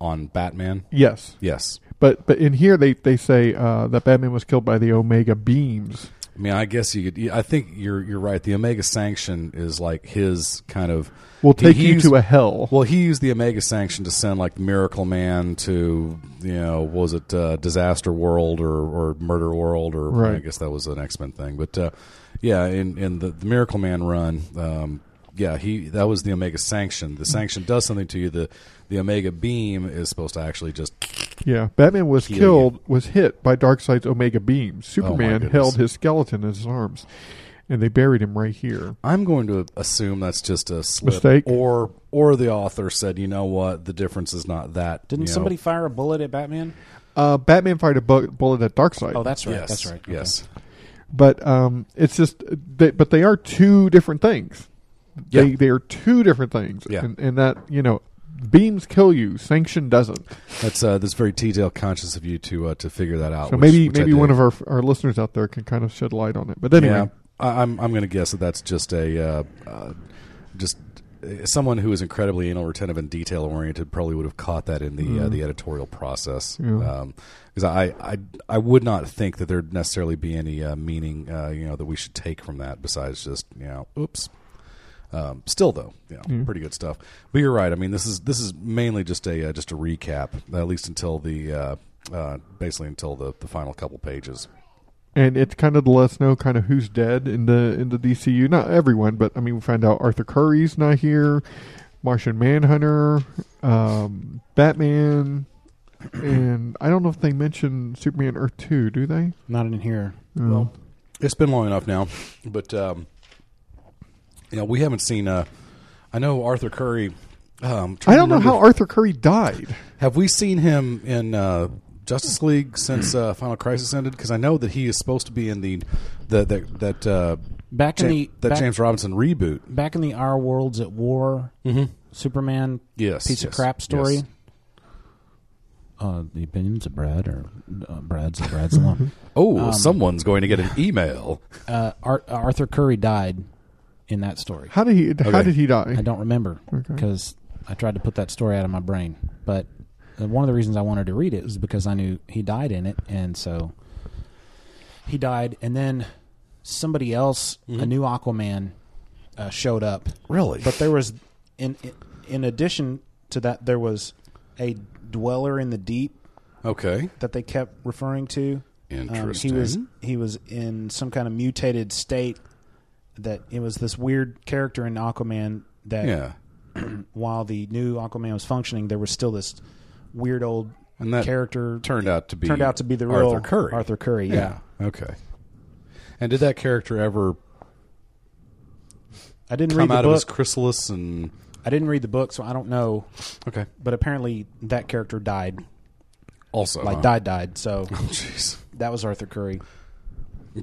on Batman.
Yes.
Yes.
But but in here they they say uh, that Batman was killed by the Omega beams.
I mean, I guess you could. I think you're you're right. The Omega Sanction is like his kind of
Will
he-
take
he
you
used-
to a hell.
Well, he used the Omega Sanction to send like Miracle Man to you know what was it uh, Disaster World or, or Murder World or I
Right.
guess that was an X Men thing. But uh, yeah, in in the, the Miracle Man run, um, yeah, he that was the Omega Sanction. The Sanction does something to you. The the Omega Beam is supposed to actually just
Yeah, Batman was
Healing
killed, was hit by Darkseid's Omega beam. Superman
Oh goodness.
held his skeleton in his arms, and they buried him right here.
I'm going to assume that's just a slip,
Mistake.
or or the author said, you know what, the difference is not that.
Didn't
you know.
somebody fire a bullet at Batman?
Uh, Batman fired a bu- bullet at Darkseid.
Oh, that's right. That's right. Okay.
Yes.
But um, it's just, they, but they are two different things. They
Yeah.
they are two different things.
Yeah.
and, and that you know, beams kill you. Sanction doesn't.
That's uh, that's very detail conscious of you to uh, to figure that out.
So
which-
maybe
which I
maybe
did.
one of our our listeners out there can kind of shed light on it. But anyway,
Yeah. I, I'm I'm going to guess that that's just a uh, uh, just uh, someone who is incredibly anal retentive and detail oriented probably would have caught that in the uh,
Mm.
the editorial process
Yeah.
because I, I I would not think that there'd necessarily be any uh, meaning uh, you know that we should take from that besides just you know oops. Um, still though, you know,
Mm.
pretty good stuff. But you're right. I mean, this is this is mainly just a uh, just a recap, at least until the uh, uh, basically until the, the final couple pages.
and it kind of let us know kind of who's dead in the in the DCU. Not everyone, but I mean, we find out Arthur Curry's not here, Martian Manhunter, um, Batman, and I don't know if they mention Superman Earth Two. Do they?
Not in here.
Mm.
Well, it's been long enough now, but um, you know we haven't seen. Uh, I know Arthur Curry. Um,
I don't know how Arthur Curry died.
Have we seen him in uh, Justice League since uh, Final Crisis ended? Because I know that he is supposed to be in the the, the that uh,
Back in
Ja-
the-
that
back-
James Robinson reboot.
Back in the Our Worlds at War, Superman
Yes,
piece of
yes,
crap story.
yes.
Uh, the opinions of Brad or uh, Brad's Brad's alone.
Oh,
Um,
someone's going to get an email.
Uh, Ar- Arthur Curry died in that story.
How did he? How
Okay.
did he die?
I don't remember
Okay.
because I tried to put that story out of my brain. But uh, one of the reasons I wanted to read it was because I knew he died in it, and so he died, and then somebody else, a new Aquaman, uh, showed up.
Mm-hmm. Really?
But there was in in addition to that, there was a dweller in the deep
Okay,
that they kept referring to. Um,
Interesting.
he was he was in some kind of mutated state that it was this weird character in Aquaman that
Yeah.
while the new Aquaman was functioning, there was still this weird old
and that
character
turned out to be
turned out to be the
Arthur
real
Curry.
Arthur Curry, yeah.
Okay. And did that character ever
I didn't
come
read the
out of his
book.
chrysalis and
I didn't read the book, so I don't know.
Okay.
But apparently that character died.
also uh,
like
huh?
died died, so
Oh, jeez.
that was Arthur Curry.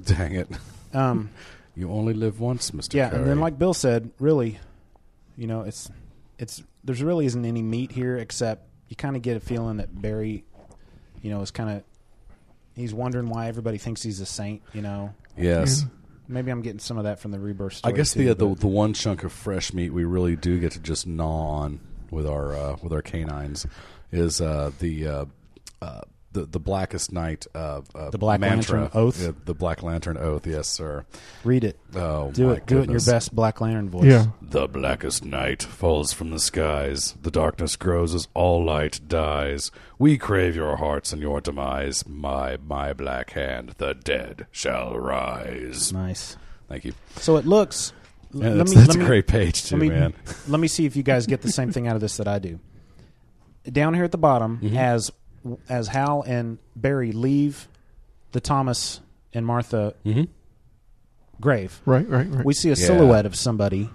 Dang it.
Um,
you only live once, Mr.
yeah,
Curry.
and then like Bill said, really, you know, it's it's there's really isn't any meat here except you kind of get a feeling that Barry, you know, is kind of he's wondering why everybody thinks he's a saint. You know.
Yes.
Maybe I'm getting some of that from the rebirth
I
story.
guess
too,
the, the
but-
the one chunk of fresh meat we really do get to just gnaw on with our uh, with our canines is uh, the uh, uh, the the blackest night uh, uh,
The Black
mantra.
Lantern oath?
Yeah, the Black Lantern oath. Yes, sir.
Read it.
Oh,
do
my
it. Do it in your
goodness.
best Black Lantern voice.
Yeah.
The blackest night falls from the skies. The darkness grows as all light dies. We crave your hearts and your demise. My, my black hand, the dead shall rise.
Nice.
Thank you.
So it looks. l-
Yeah,
let
that's-
me-
that's
let
a
me-
great page too,
let me,
man. Mm-hmm.
Let me see if you guys get the same thing out of this that I do. Down here at the bottom, as as Hal and Barry leave the Thomas and Martha
Mm-hmm.
grave.
Right, right, right.
We see a
Yeah.
silhouette of somebody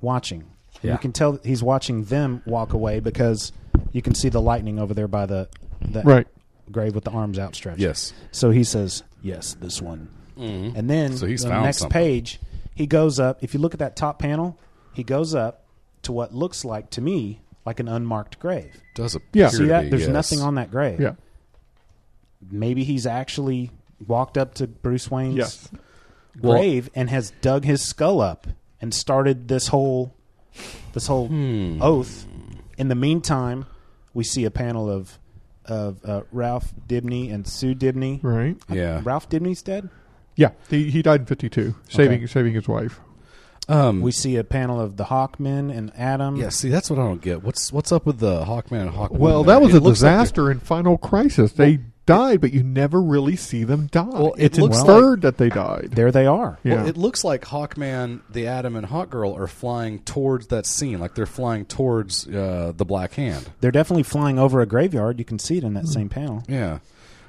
watching.
Yeah.
You can tell that he's watching them walk away because you can see the lightning over there by the, the
Right.
grave with the arms outstretched.
Yes.
So he says, "Yes, this one."
Mhm.
And then
So he's
the
found
next
something.
page, he goes up. If you look at that top panel, he goes up to what looks like to me like an unmarked grave.
Does
yeah.
appear
See
to
that?
be,
There's
yes.
nothing on that grave.
Yeah.
Maybe he's actually walked up to Bruce Wayne's
Yes. Well-
grave and has dug his skull up and started this whole this whole
Hmm.
oath. In the meantime, we see a panel of of uh, Ralph Dibney and Sue Dibney.
Right.
I-
Yeah.
Ralph Dibney's dead.
Yeah, he, he died in '52, saving saving his wife. Mm.
we see a panel of the Hawkmen and Adam.
Um, Yeah, see, that's what I don't get. What's what's up with the Hawkman and Hawkman?
Well,
there?
that was
It
a
looks like they're-
disaster in Final Crisis. They died, but you never really see them die.
Well, it
it's
looks like-
absurd that they died.
There they are.
Yeah.
Well, it looks like Hawkman, the Atom, and Hawkgirl are flying towards that scene. Like they're flying towards uh, the Black Hand.
They're definitely flying over a graveyard. You can see it in
Hmm.
that same panel.
Yeah.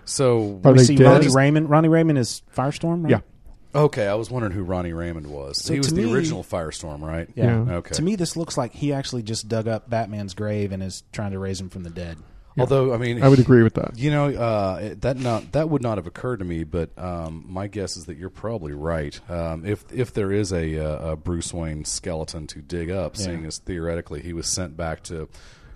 So
we see Ronnie Raymond. Ronnie Raymond is Firestorm. Right?
Okay, I was wondering who Ronnie Raymond was.
So
he was
to
the
me-
original Firestorm, right?
Yeah.
Okay.
To me, this looks like he actually just dug up Batman's grave and is trying to raise him from the dead.
Although I mean,
I would agree with that.
You know, uh, it- that not that would not have occurred to me, but um, my guess is that you're probably right. Um, if if there is a, uh, a Bruce Wayne skeleton to dig up,
Yeah.
seeing as theoretically he was sent back to,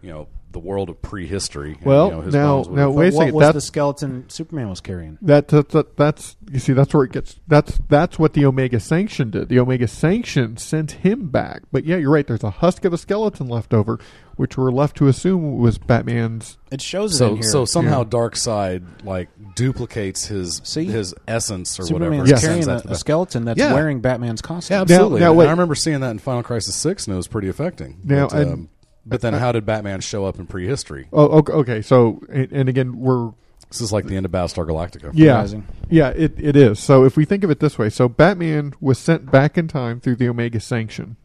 you know, the world of prehistory. and,
Well,
you know, his
now-
bones would
now
have-
wait a
what
second,
was
that-
the skeleton Superman was carrying?
That, that, that that's you see that's where it gets that's that's what the Omega Sanction did. The Omega Sanction sent him back, but yeah, you're right. There's a husk of a skeleton left over, which we're left to assume was Batman's.
It shows
so so somehow
Yeah.
Darkseid like duplicates his his essence or whatever.
Superman's
and sends
carrying
that
a,
to
a
Bat-
skeleton that's
Yeah.
wearing Batman's costume.
Yeah, absolutely.
now
And
wait.
I remember seeing that in Final Crisis Six, and it was pretty affecting.
Now,
but, um,
and-
but then, how did Batman show up in prehistory?
Oh, okay. okay so and, and again, we're
This is like the end of Battlestar Galactica.
Yeah, yeah, it, it is. So if we think of it this way, so Batman was sent back in time through the Omega Sanction.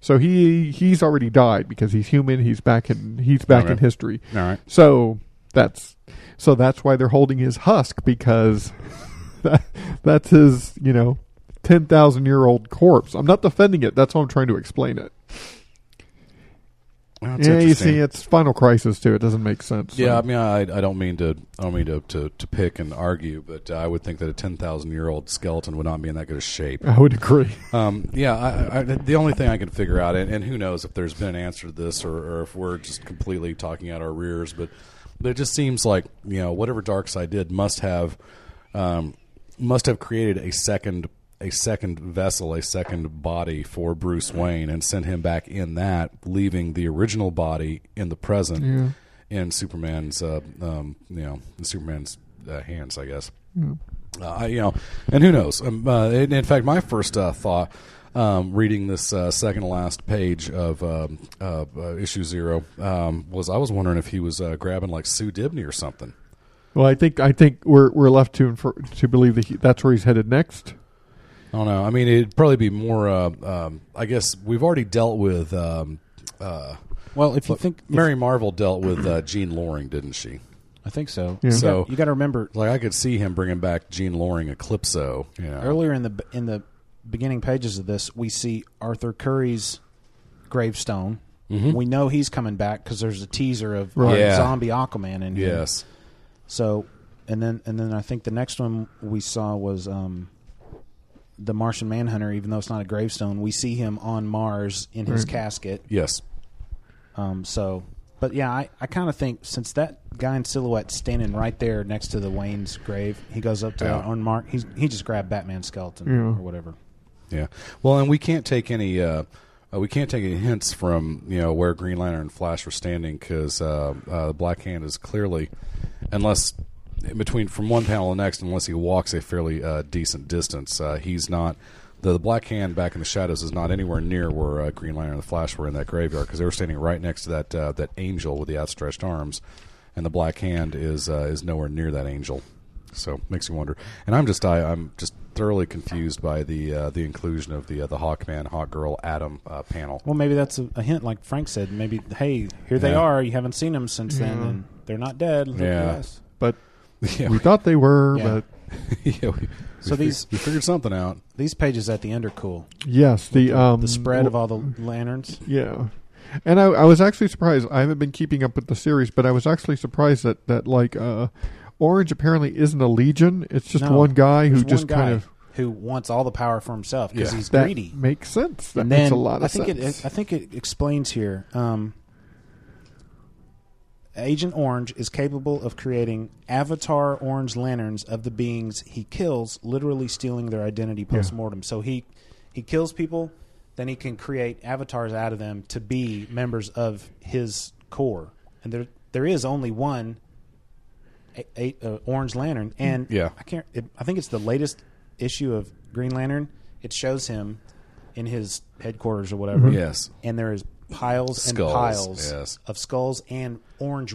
So he he's already died because he's human. He's back in he's back in
Okay.
history.
All right.
So that's so that's why they're holding his husk because that, that's his you know ten thousand year old corpse. I'm not defending it. That's why I'm trying to explain it.
Well, that's
yeah, you
interesting.
see, it's Final Crisis too. It doesn't make sense.
Yeah, I mean, I, I don't mean to, I don't mean to, to, to pick and argue, but uh, I would think that a ten thousand year old skeleton would not be in that good of shape.
I would agree.
Um, yeah, I, I, the only thing I can figure out, and, and who knows if there's been an answer to this, or, or if we're just completely talking out our rears, but but it just seems like you know whatever Darkseid did must have um, must have created a second a second vessel, a second body for Bruce Wayne, and sent him back in that, leaving the original body in the present
Yeah.
in Superman's uh, um, you know in Superman's uh, hands, I guess.
Yeah.
Uh, I- you know, and who knows? Um, uh, in, in fact, my first uh, thought um, reading this uh, second to last page of um, uh, uh, issue zero um, was I was wondering if he was uh, grabbing like Sue Dibney or something.
Well, I think I think we're we're left to infer, to believe that he, that's where he's headed next.
I don't know. I mean, it'd probably be more. Uh, um, I guess we've already dealt with. Um, uh,
well, if you think-
Mary Marvel dealt with uh, Jean Loring, didn't she?
I think so.
Yeah.
So
So
you got to remember
Like I could see him bringing back Jean Loring, Eclipso. You know.
earlier in the in the beginning pages of this, we see Arthur Curry's gravestone.
Mhm.
We know he's coming back because there's a teaser of
Right.
uh,
Yeah.
zombie Aquaman in here.
Yes.
So, and then and then I think the next one we saw was um, the Martian Manhunter. Even though it's not a gravestone, we see him on Mars in his
Right.
casket.
Yes.
Um. So, but yeah, I, I kind of think since that guy in silhouette standing right there next to the Wayne's grave, he goes up to
Yeah.
that unmarked. He's he just grabbed Batman's skeleton
Yeah.
or whatever.
Yeah. Well, and we can't take any uh, uh, we can't take any hints from you know where Green Lantern and Flash were standing because uh, uh, Black Hand is clearly, unless in between from one panel and the next, unless he walks a fairly uh, decent distance, uh, he's not. The, the Black Hand back in the shadows is not anywhere near where uh, Green Lantern and the Flash were in that graveyard because they were standing right next to that uh, that angel with the outstretched arms, and the Black Hand is uh, is nowhere near that angel. So makes you wonder. And I'm just I, I'm just thoroughly confused by the uh, the inclusion of the uh, the Hawkman, Hawkgirl, Adam uh, panel.
Well, maybe that's a, a hint, like Frank said. Maybe, hey, here they
Yeah.
are. You haven't seen them since then, and they're not dead. Look
Yeah.
at us.
But we thought they were,
Yeah.
but yeah, we,
So these
we figured something out.
These pages at the end are cool.
Yes, the, um,
the spread of all the lanterns.
Yeah. And I, I was actually surprised. I haven't been keeping up with the series, but I was actually surprised that, that like uh, Orange apparently isn't a legion. It's just
No,
one guy who
there's one
just
guy
kind of
who wants all the power for himself because
Yeah.
he's
That
greedy.
makes sense. That
and
makes
then
a lot of
I think
sense.
It, I think it explains here. Um, Agent Orange is capable of creating avatar orange lanterns of the beings he kills, literally stealing their identity
Yeah.
post mortem. So he he kills people, then he can create avatars out of them to be members of his core. And there there is only one a, a, uh, orange lantern, and
Hmm. Yeah.
I can't. It, I think it's the latest issue of Green Lantern. It shows him in his headquarters or whatever.
Mhm. Yes.
and there is piles
Skulls,
and piles
yes.
of skulls and orange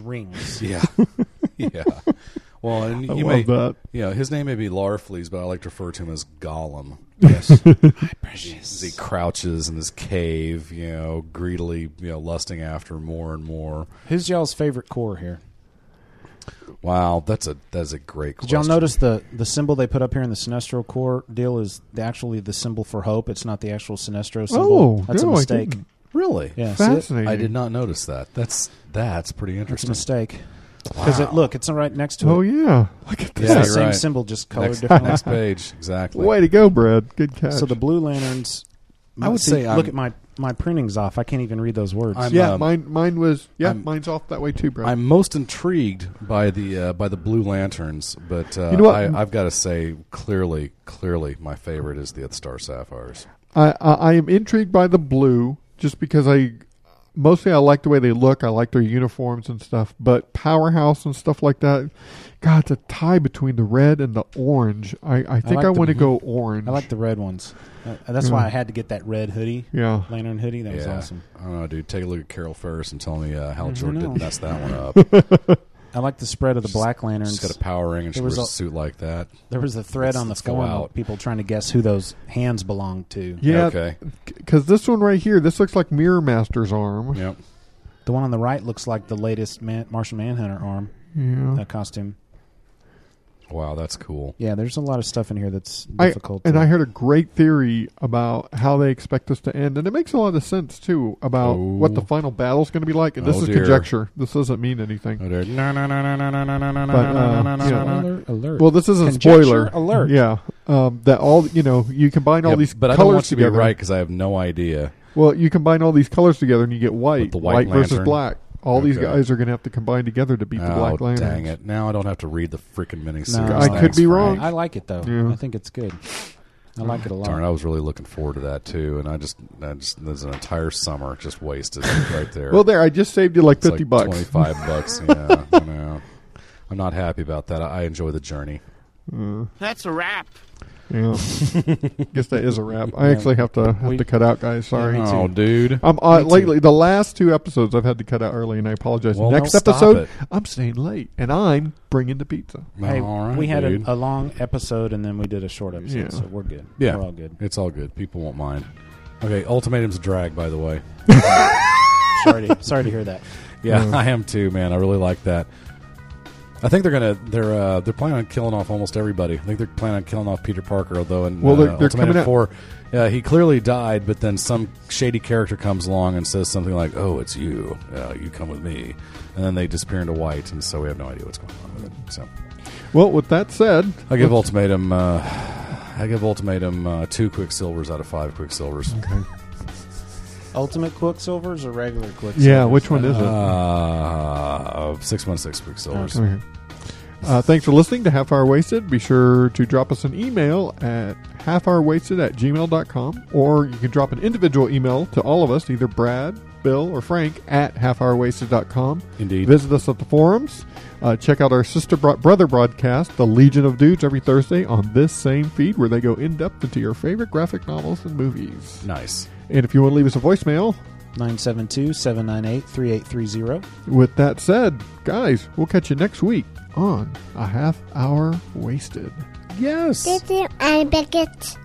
rings.
Yeah, yeah. Well, and
I
you may,
love that.
Yeah, his name may be Larfleeze, but I like to refer to him as Gollum.
Yes.
My precious. He, he crouches in his cave, you know, greedily, you know, lusting after more and more.
Who's y'all's favorite core here?
Wow, that's a that's a great
Did
question.
y'all notice the the symbol they put up here in the Sinestro core deal is the, actually the symbol for hope. It's not the actual Sinestro symbol.
Oh,
that's a
no, I
mistake.
didn't. Really?
Yeah.
Fascinating.
I did not notice that. That's that's pretty
That's a
interesting.
mistake. Because
Wow.
it, look, it's right next to it.
Oh, yeah. Look at
It's
Yeah,
the
you're
same
right.
symbol, just colored
Next-
differently.
next page, exactly.
Way to go, Brad. Good catch.
So the Blue Lanterns.
I would
see,
say I'm-
look at my my printing's off. I can't even read those words.
I'm,
yeah,
um,
mine mine was yeah,
I'm-
mine's off that way too, Brad.
I'm most intrigued by the uh, by the Blue Lanterns, but uh,
You know what?
I, I've got to say clearly, clearly, my favorite is the Star Sapphires.
I, I I am intrigued by the blue just because I mostly I like the way they look. I like their uniforms and stuff. But powerhouse and stuff like that. God, the tie between the red and the orange. I, I think I,
like the-
want to go orange.
I like the red ones. Uh, that's
Yeah.
why I had to get that red hoodie.
Yeah.
Lantern hoodie. That was
Yeah.
awesome.
I don't know, dude. Take a look at Carol Ferris and tell me uh, how
Mhm.
Jordan
I know.
didn't mess that one up.
I like the spread of the
She's-
black lanterns.
she's got a power ring and she
There was
wears a suit like that.
There was a thread
Let's-
on the
let's go
forum
out.
of people trying to guess who those hands belonged to.
yeah, Because this one right here, this looks like Mirror Master's arm.
Yep.
The one on the right looks like the latest man, Martian Manhunter arm
Yeah.
uh, costume.
Wow, that's cool.
Yeah, there's a lot of stuff in here that's
I-
difficult.
and
to-
I heard a great theory about how they expect this to end, and it makes a lot of sense too about what the final battle's going to be like. And this
Oh,
is
dear.
conjecture; this doesn't mean anything.
Oh, dear. No, no, no, no, no, no, no, no, no,
But,
no,
uh,
no, no,
you
no,
know,
no.
Well, this is a
Conjecture
spoiler
alert.
Yeah, um, that all you know, you combine all
Yeah,
these
but I
colors
don't want you to
together.
be right because I have no idea.
Well, you combine all these colors together, and you get white.
the white
versus
lantern.
black. All these
Okay.
guys are going to have to combine together to beat the
Oh,
Black Lantern.
dang it! Now I don't have to read the freaking miniseries.
No.
I could be wrong.
I like it though.
Yeah.
I think it's good. I like it a lot.
Darn, I was really looking forward to that too, and I just, I just there's an entire summer just wasted right there.
Well, there, I just saved you like
It's
50 bucks.
twenty-five bucks. Yeah, I know. I'm not happy about that. I, I enjoy the journey.
That's a wrap.
Yeah, guess that is a wrap. I actually have to have
We-
to cut out, guys. Sorry.
Yeah, me too. Oh, dude.
I'm uh,
Me too.
lately the last two episodes I've had to cut out early, and I apologize.
Well,
Next
don't stop
episode,
it.
I'm staying late, and I'm bringing the pizza.
Hey, we had
dude.
a, a long episode and then we did a short episode,
Yeah.
so we're good.
Yeah,
we're all good.
It's all good. People won't mind. Okay, ultimatum's a drag, by the way.
Sorry, to, sorry to hear that.
Yeah,
Mm.
I am too, man. I really like that. I think they're gonna they're uh, they're planning on killing off almost everybody. I think they're planning on killing off Peter Parker, although in
Well,
uh,
they're- they're
Ultimatum
coming out-
Four, uh, he clearly died, but then some shady character comes along and says something like, "Oh, it's you. Uh, you come with me," and then they disappear into white, and so we have no idea what's going on with it. So
Well, with that said,
I give ultimatum. Uh, I give ultimatum uh, two quicksilvers out of five quicksilvers. Okay.
Ultimate Quicksilvers or regular Quicksilvers?
Yeah, which one is it?
Uh, six one six quicksilvers.
Okay. Uh, thanks for listening to Half Hour Wasted. Be sure to drop us an email at halfhourwasted at gmail.com or you can drop an individual email to all of us, either Brad, Bill, or Frank at halfhourwasted.com.
Indeed.
Visit us at the forums. Uh, check out our sister bro- brother broadcast, The Legion of Dudes, every Thursday on this same feed where they go in depth into your favorite graphic novels and movies.
Nice.
And if you want to leave us a voicemail,
972 798 3830.
With that said, guys, we'll catch you next week on A Half Hour Wasted.
Yes.
Did you, I bet it.